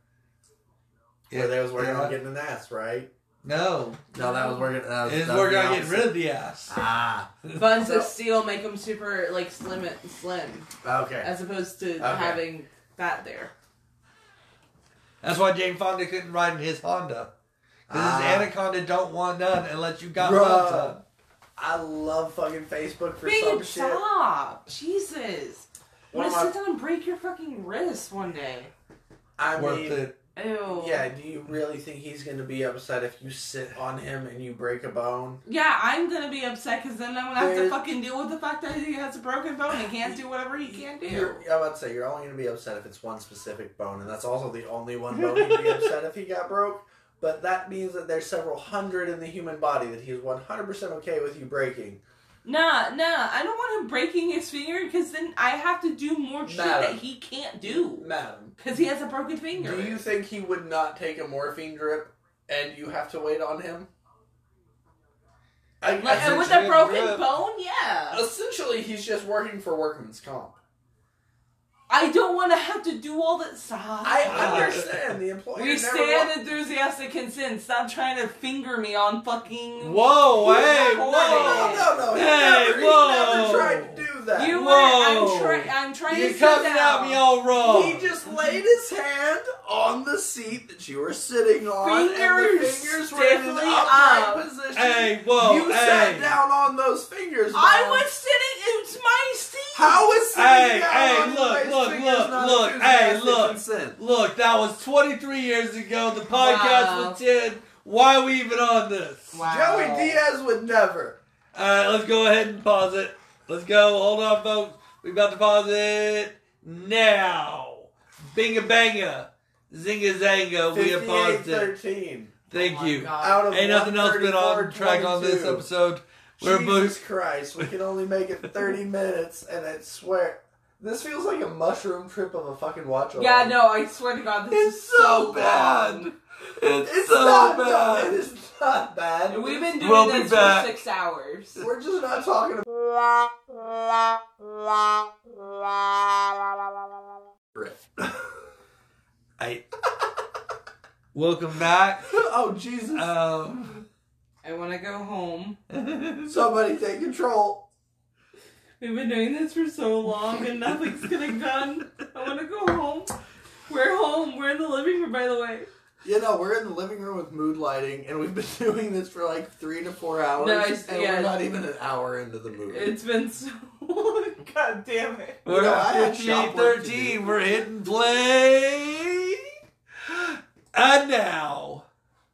A: Where they was working
B: Yeah.
A: on getting an ass, right?
B: No,
A: No, that was working. That
B: it was working on getting rid of the ass.
A: Ah,
C: buns of
A: So-
C: steel make them super like slim and slim
A: okay.
C: as opposed to
A: Okay.
C: having fat there.
B: That's why Jane Fonda couldn't ride in his Honda. Because
A: Ah.
B: his Anaconda don't want none unless you got
A: Bruh.
B: lots of. 'em.
A: I love fucking Facebook for
C: Big
A: some shit.
C: stop, Jesus!
A: One
C: Want
A: of
C: to
A: my-
C: sit down and break your fucking wrist one day?
A: I
B: Worth
A: mean,
B: it.
C: Ew.
A: yeah. Do you really think he's gonna be upset if you sit on him and you break a bone?
C: Yeah, I'm gonna be upset because then I'm gonna have to
A: There's-
C: fucking deal with the fact that he has a broken bone and can't do whatever he can do.
A: You're, I would say you're only gonna be upset if it's one specific bone, and that's also the only one bone he'd be upset if he got broke. But that means that there's several hundred in the human body that he's 100% okay with you breaking.
C: Nah, nah, I don't want him breaking his finger because then I have to do more shit
A: Madam.
C: that he can't do
A: Madam,
C: because he has a broken finger.
A: Do you think he would not take a morphine drip and you have to wait on him? I,
C: Like, and with a
B: Essentially,
C: broken
B: yeah.
C: bone, yeah.
A: essentially, he's just working for workman's comp.
C: I don't want to have to do all that. Stop.
A: I understand the employer.
C: We
A: never
C: stand
A: wa-
C: enthusiastic and sin. Stop trying to finger me on fucking.
B: Whoa,
C: He's
B: hey,
C: not
B: whoa.
C: horny.
A: No, no, no. He,
B: Hey,
A: never, he
B: whoa.
A: never tried to do that.
C: You were.
B: Whoa.
C: I'm, try- I'm trying
B: You're
C: to sit
B: coming
C: down.
B: at me all wrong.
A: He just laid his hand on the seat that you were sitting on, and the
C: Fingers
A: fingers were in an
C: stiffly
A: upright
C: up.
A: position.
B: Hey, whoa,
A: you
B: hey.
A: sat down on those fingers.
C: I
A: Mom.
C: was sitting. It's my seat.
A: How is sitting
B: Hey,
A: down
B: hey,
A: on
B: look,
A: your
B: look,
A: fingers
B: look,
A: not
B: look, hey, look.
A: enthusiastic
B: Look, that was 23 years ago. The podcast
C: Wow.
B: was 10. Why are we even on this?
C: Wow.
A: consent? Joey Diaz would never.
B: All right, let's go ahead and pause it. Let's go. Hold on, folks. We about to pause it now. Binga banga, zinga zanga. We have paused it.
A: 58-13.
B: Thank
C: Oh my
B: you.
C: God.
A: Out of
B: Ain't nothing else been on
A: 134,
B: track on this
A: 22.
B: episode. We're
A: Jesus Christ, we can only make it 30 minutes, and I swear, this feels like a mushroom trip of a fucking watch.
C: Yeah,
A: along.
C: no, I swear to God, this
B: It's
C: is
B: so
C: long.
B: bad. It's,
A: It's
B: so
A: not
B: bad.
A: It is not bad.
C: We've been doing
B: We'll be
C: this
B: back.
C: for six hours.
A: We're just not talking about
B: I... Welcome back.
A: Oh, Jesus.
B: Um,
C: I want to go home.
A: Somebody take control.
C: We've been doing this for so long and nothing's getting done. I want to go home. We're home. We're in the living room, by the way.
A: You know, we're in the living room with mood lighting, and we've been doing this for like three to four hours,
C: No, it's-
A: and
C: yeah.
A: we're not even an hour into the movie.
C: It's been so long. God damn it.
A: You
B: We're
A: know, I
B: at
A: had shop work to
B: 5813.
A: do.
B: We're hitting play. And now.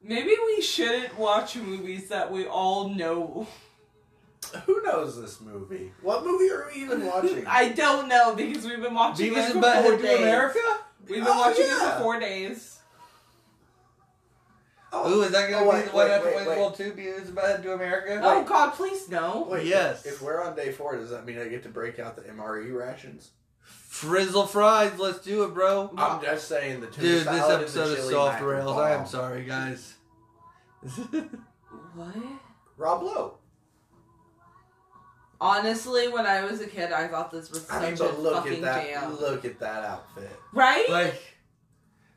C: Maybe we shouldn't watch movies that we all know.
A: Who knows this movie? What movie are we even watching?
C: I don't know because we've been watching
B: Beavis
C: this
B: and
C: for four
B: Butthead
C: days.
B: to America?
C: We've been
A: Oh,
C: watching this
A: yeah.
C: for four days.
B: Ooh, is that going to
A: oh,
B: be
A: wait,
B: the one
A: wait,
B: after
A: wait,
B: Wayne's
A: wait.
B: World 2, Beavis and Butthead to America?
C: Oh God, please no.
A: Wait,
B: Yes.
A: If we're on day four, does that mean I get to break out the MRE rations?
B: Frizzle fries. Let's do it, bro.
A: I'm just saying the tuna
B: Dude, this
A: salad and the
B: episode is
A: chili
B: soft
A: mac and
B: rails.
A: bomb.
B: I am sorry, guys.
C: What?
A: Rob Lowe.
C: Honestly, when I was a kid, I thought this was such
A: I mean,
C: a
A: but look
C: fucking
A: at that.
C: jam.
A: Look at that outfit.
C: Right?
B: like,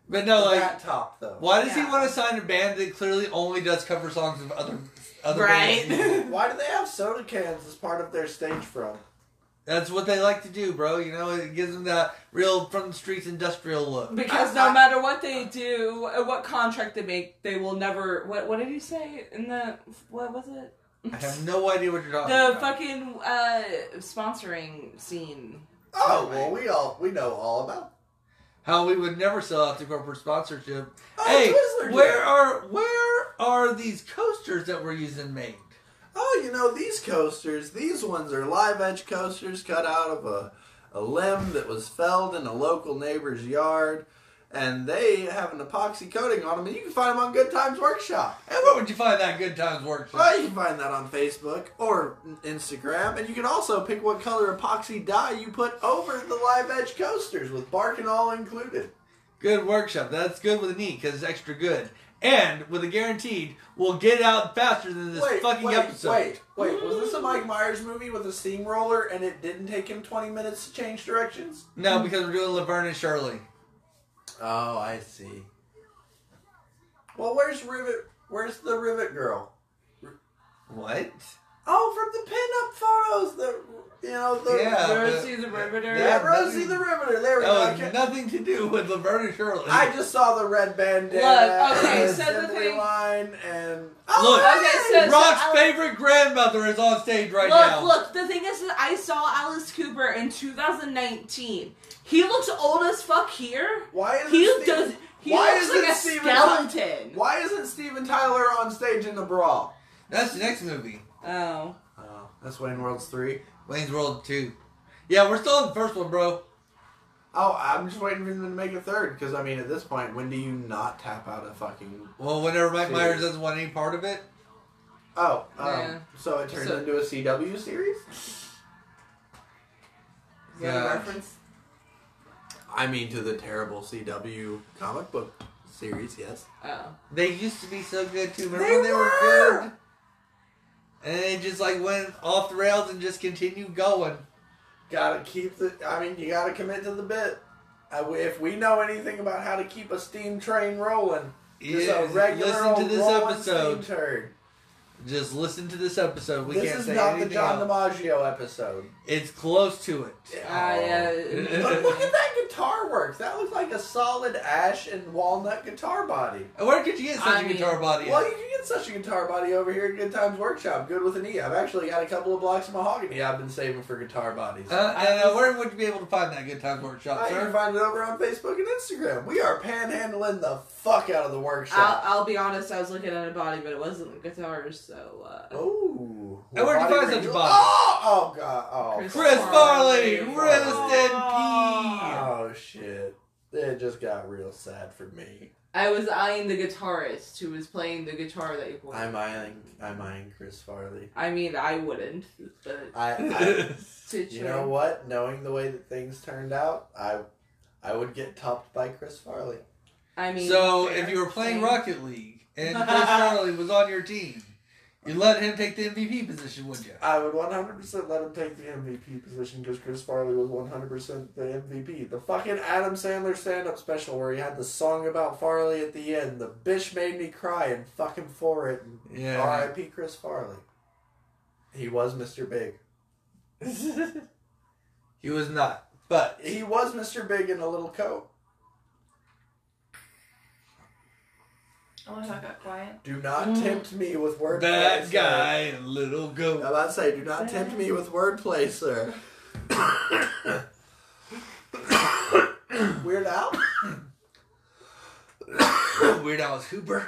B: but no, like,
A: that top though.
B: why does he
C: Yeah.
B: want to sign a band that clearly only does cover songs of other other
C: Right.
B: bands?
A: Why do they have soda cans as part of their stage from?
B: That's what they like to do, bro. You know, it gives them that real from the streets industrial look.
C: Because
A: I-
C: no
A: I-
C: matter what they do, uh, what contract they make, they will never. What What did you say in the? What was it?
B: I have no idea what you're talking
C: The
B: about.
C: fucking uh, sponsoring scene.
A: Oh well, we all we know all about.
B: How we would never sell out to corporate sponsorship.
A: Oh,
B: hey,
A: Twizzler did.
B: where are where are these coasters that we're using made?
A: Oh, you know these coasters. These ones are live edge coasters cut out of a a limb that was felled in a local neighbor's yard, and they have an epoxy coating on them. And you can find them on Good Times Workshop.
B: And where would you find that Good Times Workshop?
A: Well, you can find that on Facebook or Instagram, and you can also pick what color epoxy dye you put over the live edge coasters with bark and all included.
B: Good workshop. That's good with an E because it's extra good. And with a guaranteed, we'll get out faster than this fucking
A: wait,
B: episode.
A: Wait, wait, was this a Mike Myers movie with a steamroller and it didn't take him 20 minutes to change directions?
B: No, because we're doing Laverne and Shirley.
A: Oh, I see. Well, where's Rivet? Where's the Rivet girl?
B: What?
A: Oh, from the pinup photos, the you know the
B: Yeah, but-
C: Rosie the Riveter.
A: Yeah,
B: that-
A: Rosie the Riveter. There we
B: That
A: go.
B: was
A: Okay.
B: nothing to do with Laverne and Shirley.
A: I just saw the red bandana.
C: Look, okay,
A: and
C: so the
A: assembly
C: thing-
A: line and Oh,
B: Look,
C: Okay, so-
B: Rock's
C: so I'll-
B: favorite grandmother is on stage right
C: look,
B: now.
C: look. The thing is, is I saw Alice Cooper in 2019. He looks old as fuck here.
A: why isn't
C: He
A: Steven,
C: does. He
A: why
C: looks
A: isn't
C: like a
A: Steven
C: skeleton.
A: Why isn't Steven Tyler on stage in the brawl?
B: That's the next movie,
C: Oh,
A: Oh, that's Wayne Worlds three.
B: Wayne's World Two. Yeah, we're still in the first one, bro.
A: Oh, I'm just waiting for them to make a third because I mean, at this point, when do you not tap out a fucking?
B: Well, whenever Mike
A: Dude.
B: Myers doesn't want any part of it,
A: Oh, um,
C: Yeah.
A: so it turns
C: So-
A: into a CW series.
C: is that
B: Yeah.
C: a reference?
A: I mean, to the terrible CW comic book series. Yes.
C: Oh.
B: they used to be so good too. Remember
A: They
B: when they were
A: were!
B: good? And it just like went off the rails and just continued going.
A: Gotta keep the. I mean, you gotta commit to the bit. Uh, we- if we know anything about how to keep a steam train rolling, just
B: Yeah,
A: a regular
B: listen to
A: old
B: this
A: rolling
B: episode.
A: Steam turd.
B: Just listen to this episode. We
A: this
B: can't
A: is
B: say
A: not the
B: anything
A: John
B: else.
A: DiMaggio episode.
B: It's close to it.
A: Oh.
C: Ah,
B: Oh.
C: yeah.
A: But look at that guitar work. That looks like a solid ash and walnut guitar body.
B: And Where could you get such
C: I
B: a
C: mean-
B: guitar body?
A: Well,
B: at?
A: you can get such a guitar body over here at Good Times Workshop. Good with an E. I've actually got a couple of blocks of mahogany I've been saving for guitar bodies.
B: Uh, and, uh, where would you be able to find that Good Times Workshop,
A: I
B: sir?
A: can find it over on Facebook and Instagram. We are panhandling the fuck out of the workshop.
B: Uh,
C: I'll, I'll be honest. I was looking at a body, but it wasn't guitars. So uh,
A: Oh.
B: And where'd you
A: Body
B: find such a
A: Rangel-
B: body?
A: Oh, oh god. Oh.
C: Chris
B: Chris Farley,
C: Farley.
B: rest in peace.
A: Oh shit. It just got real sad for me.
C: I was eyeing the guitarist who was playing the guitar that you played.
A: I'm eyeing I'm eyeing Chris Farley.
C: I mean, I wouldn't, but
A: I, I
C: to
A: you know what? Knowing the way that things turned out, I I would get topped by Chris Farley.
C: I mean,
B: so,
C: fair.
B: if you were playing
C: Fair.
B: Rocket League and Chris Farley was on your team, you'd let him take the MVP position, would you?
A: I would 100% let him take the MVP position because Chris Farley was 100% the MVP. The fucking Adam Sandler stand up special where he had the song about Farley at the end. The bitch made me cry and fuck him for it. And
B: Yeah.
A: RIP Chris Farley. He was Mr. Big.
B: he was not. But
A: He was Mr. Big in a little coat.
D: I want to talk about quiet.
A: Do not
C: Mm.
A: tempt me with wordplay.
B: That
A: sir.
B: guy, and little
A: I'm
B: goat.
A: about to say, do not tempt me with wordplay, sir. Weird Al?
B: Weird Al's Hooper.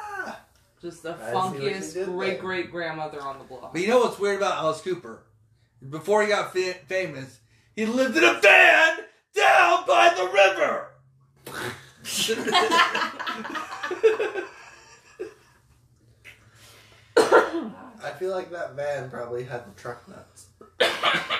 A: Ah.
C: Just the
A: I see what you
C: funkiest
A: did there.
C: great great grandmother on the block.
B: But you know what's weird about Alice Cooper? Before he got fa- famous, he lived in a van down by the river.
D: Oh,
A: I feel like that van probably had the truck nuts.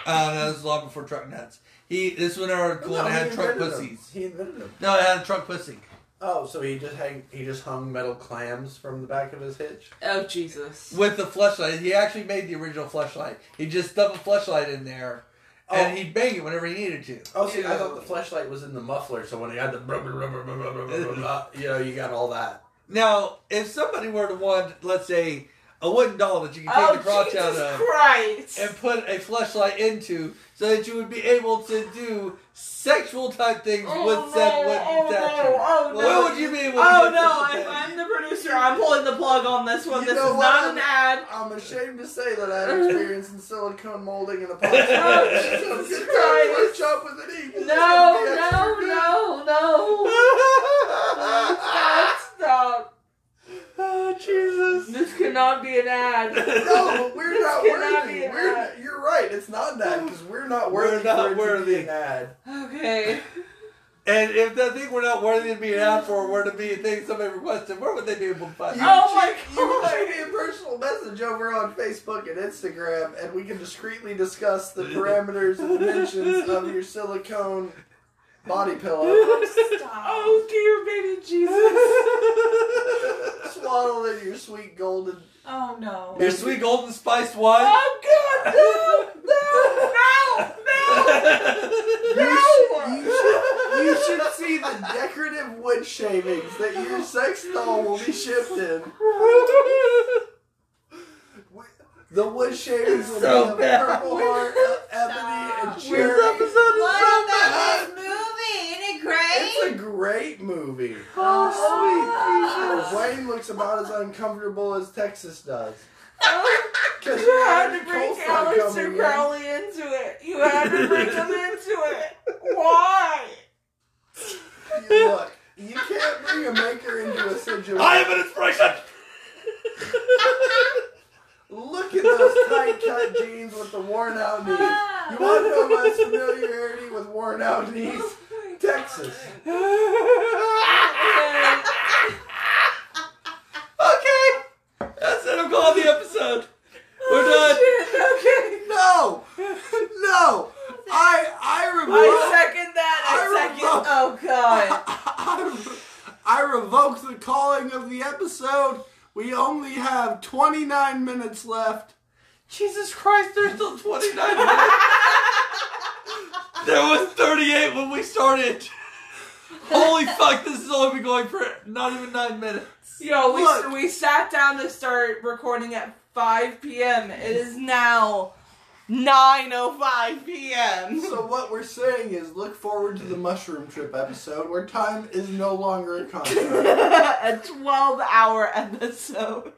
B: Uh, that was long before truck nuts. He this one article
A: No,
B: and it
A: he
B: had truck
A: invented 'em.
B: pussies.
A: He invented them.
B: No, it had a truck pussy.
A: Oh, so he just hang, he just hung metal clams from the back of his hitch.
C: Oh Jesus.
B: with the flashlight. He actually made the original flashlight. He just stuffed a flashlight in there, and
A: Oh.
B: he'd bang it whenever he needed to.
A: Oh, see, I
C: Ew.
A: thought the flashlight was in the muffler, so when he had the blah, blah, blah, blah, blah, blah, blah, blah, blah, you know, you got all that.
B: Now, if somebody were to want, let's say, a wooden doll that you can take
C: Oh
B: the crotch
C: Jesus
B: out of
C: Christ.
B: and put a flashlight into, so that you would be able to do sexual type things
C: Oh,
B: with said
C: no,
B: wooden
C: oh,
B: statue,
C: no, oh,
B: what
C: no.
B: would you be able?
C: Oh
B: to do
C: no,
B: with
C: if
B: that?
C: I'm the producer, I'm pulling the plug on this one.
A: You
C: this
A: know
C: is
A: what?
C: not an ad.
A: I'm ashamed to say that I have experience in silicone molding and epoxy.
B: Oh,
A: So
C: Jesus
A: get that
C: Christ.
A: workshop with an E, 'cause it's
C: No,
A: gonna be extra
C: no,
A: good.
C: no, no. Stop, stop.
B: oh, Jesus.
C: This cannot be an ad.
A: No, but we're
C: This
A: not
C: cannot
A: worthy.
C: be an
A: We're,
C: ad.
A: you're right. It's not that because we're not
B: We're
A: worthy.
B: not
A: for it to be
B: worthy.
A: an ad.
C: Okay.
B: And if that thing were not worthy of being asked for, were to be a thing somebody requested, where would they be able to find
A: You
B: it?
C: Oh
A: can
C: my
A: shoot- You
C: God.
A: can shoot me a personal message over on Facebook and Instagram, and we can discreetly discuss the parameters and dimensions of your silicone body pillow.
D: Stop.
C: Oh dear baby Jesus.
A: Swaddle in your sweet golden.
D: Oh no.
B: Your sweet golden spiced wine.
C: Oh god, no, no, no,
A: You
C: no,
A: should,
C: no.
A: you, should, you should see the decorative wood shavings that your sex doll will be shipped in. The wood shavings will
B: So
A: be of
B: bad.
A: purple heart, ebony, and
D: Stop.
A: cherry.
B: This episode is
D: What
B: so
D: about
B: bad.
D: this movie? Isn't it great?
A: It's a great movie. Oh,
B: Oh,
D: Jesus.
A: Wayne looks about as uncomfortable as Texas does.
C: You Oh,
A: Because
C: had to bring Aleister Crowley into it. You had to bring him into it. Why?
A: Look, you can't bring a maker into a situation.
B: I am an inspiration.
A: Look at those tight cut jeans with the worn
D: Oh.
A: out knees. You want to know my familiarity with worn out knees? Texas.
B: okay, that's it. I'm calling the episode. We're done.
C: Oh, Okay.
A: No! No! I I remember.
C: I second that. I,
A: I
C: second.
A: revoke-
C: Oh god.
A: I, I revoke the calling of the episode. We only have 29 minutes left.
B: Jesus Christ, there's still 29 minutes. there was 38 when we started. Holy fuck, this has only been going for not even nine minutes.
C: Yo, we
A: Look.
C: we sat down to start recording at 5 p.m. It is now 9:05 p.m.
A: So what we're saying is look forward to the mushroom trip episode where time is no longer a construct.
C: a 12 hour episode.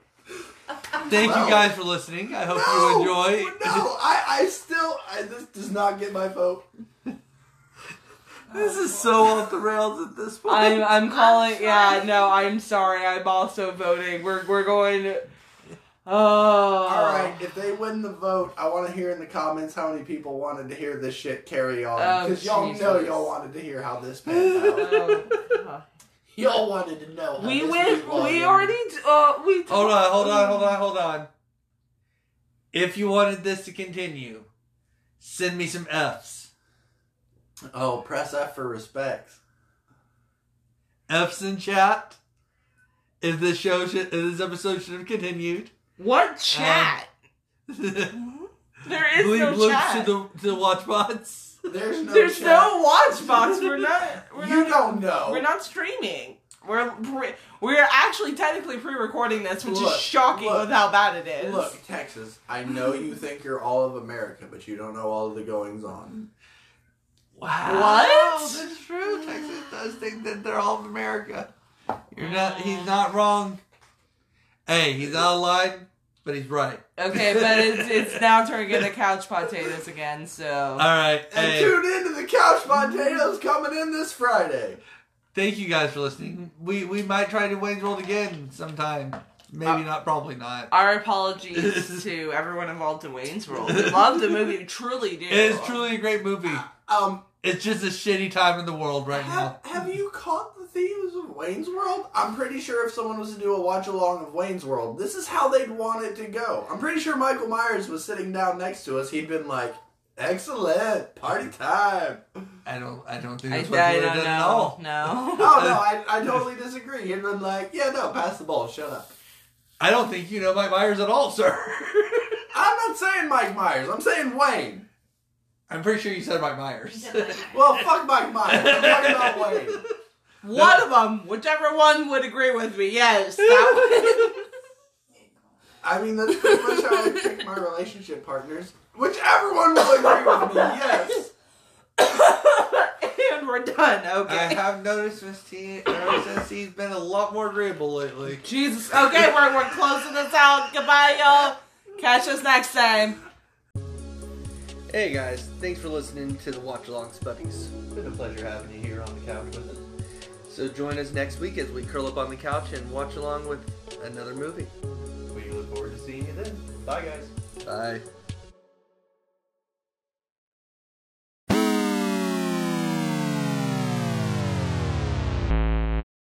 B: Thank
A: Wow.
B: you guys for listening. I hope
A: No!
B: you enjoy.
A: No, I, I still I, this does not get my vote.
D: Oh,
B: This is so off the rails at this point.
C: I'm I'm calling
D: I'm
C: yeah,
D: sorry.
C: no, I'm sorry. I'm also voting. We're we're going Oh.
A: All right, if they win the vote, I want to hear in the comments how many people wanted to hear this shit carry on
C: Oh,
A: because y'all know
C: Jesus.
A: y'all wanted to hear how this panned out. y'all wanted to know. How
C: Um, we
A: this
C: went
A: week was.
C: we already uh we
B: Hold on, hold on, hold on, hold on. If you wanted this to continue, send me some F's.
A: Oh, press F for respects.
B: F's in chat. If this show should, if this episode should have continued. Uh,
C: What chat? there is
B: Bleep
C: no
B: loops
C: chat.
B: to the to the watch bots.
A: There's no.
C: There's
A: chat.
C: no watch box. We're not we're
A: You
C: not
A: don't know.
C: We're not streaming. We're pre- we're actually technically pre-recording this, which
A: Look,
C: is shocking
A: look,
C: with how bad it is.
A: Look, Texas, I know you think you're all of America, but you don't know all of the goings on.
B: Wow.
C: What?
A: Oh,
B: That's true. Texas does think that they're all of America. You're not. He's not wrong. Hey, he's out of line, but he's right.
C: Okay, but it's, it's now turning into couch potatoes again,
B: All
C: so.
B: right.
A: And
B: Hey,
A: tune in to the Couch Potatoes coming in this Friday.
B: thank you guys for listening. We we might try to Wayne's World again sometime. Maybe
C: Uh,
B: not. Probably not.
C: Our apologies to everyone involved in Wayne's World. We love the movie, truly do.
B: It is truly a great movie.
A: Um,
B: It's just a shitty time in the world right
A: have,
B: now.
A: have you caught the themes of Wayne's World? I'm pretty sure if someone was to do a watch along of Wayne's World, this is how they'd want it to go. I'm pretty sure Michael Myers was sitting down next to us. He'd been like, "Excellent, party time."
B: I don't. I don't think
C: I, I
B: that's what they
C: don't
B: done
C: know.
B: at all.
A: Oh
C: No.
A: no, I, I totally disagree. He'd been like, "Yeah, no, pass the ball. Shut up."
B: I don't think you know Mike Myers at all, sir.
A: I'm not saying Mike Myers. I'm saying Wayne.
B: I'm pretty sure you said Mike Myers.
A: Well, fuck Mike Myers. I'm talking about Wayne.
C: One of them, whichever one would agree with me, yes. That one.
A: I mean, that's pretty much how I pick my relationship partners. Which everyone will agree with me, yes.
C: and we're done. Okay.
B: I have noticed Miss T ever since he's been a lot more agreeable lately.
C: Jesus. Okay, we're, we're closing this out. Goodbye, y'all. Catch us next time.
B: Hey guys, thanks for listening to the Watch Along Spuddies.
G: been a pleasure having you here on the couch with us.
B: So join us next week as we curl up on the couch and watch along with another movie.
G: We look forward to seeing you then. Bye, guys.
B: Bye.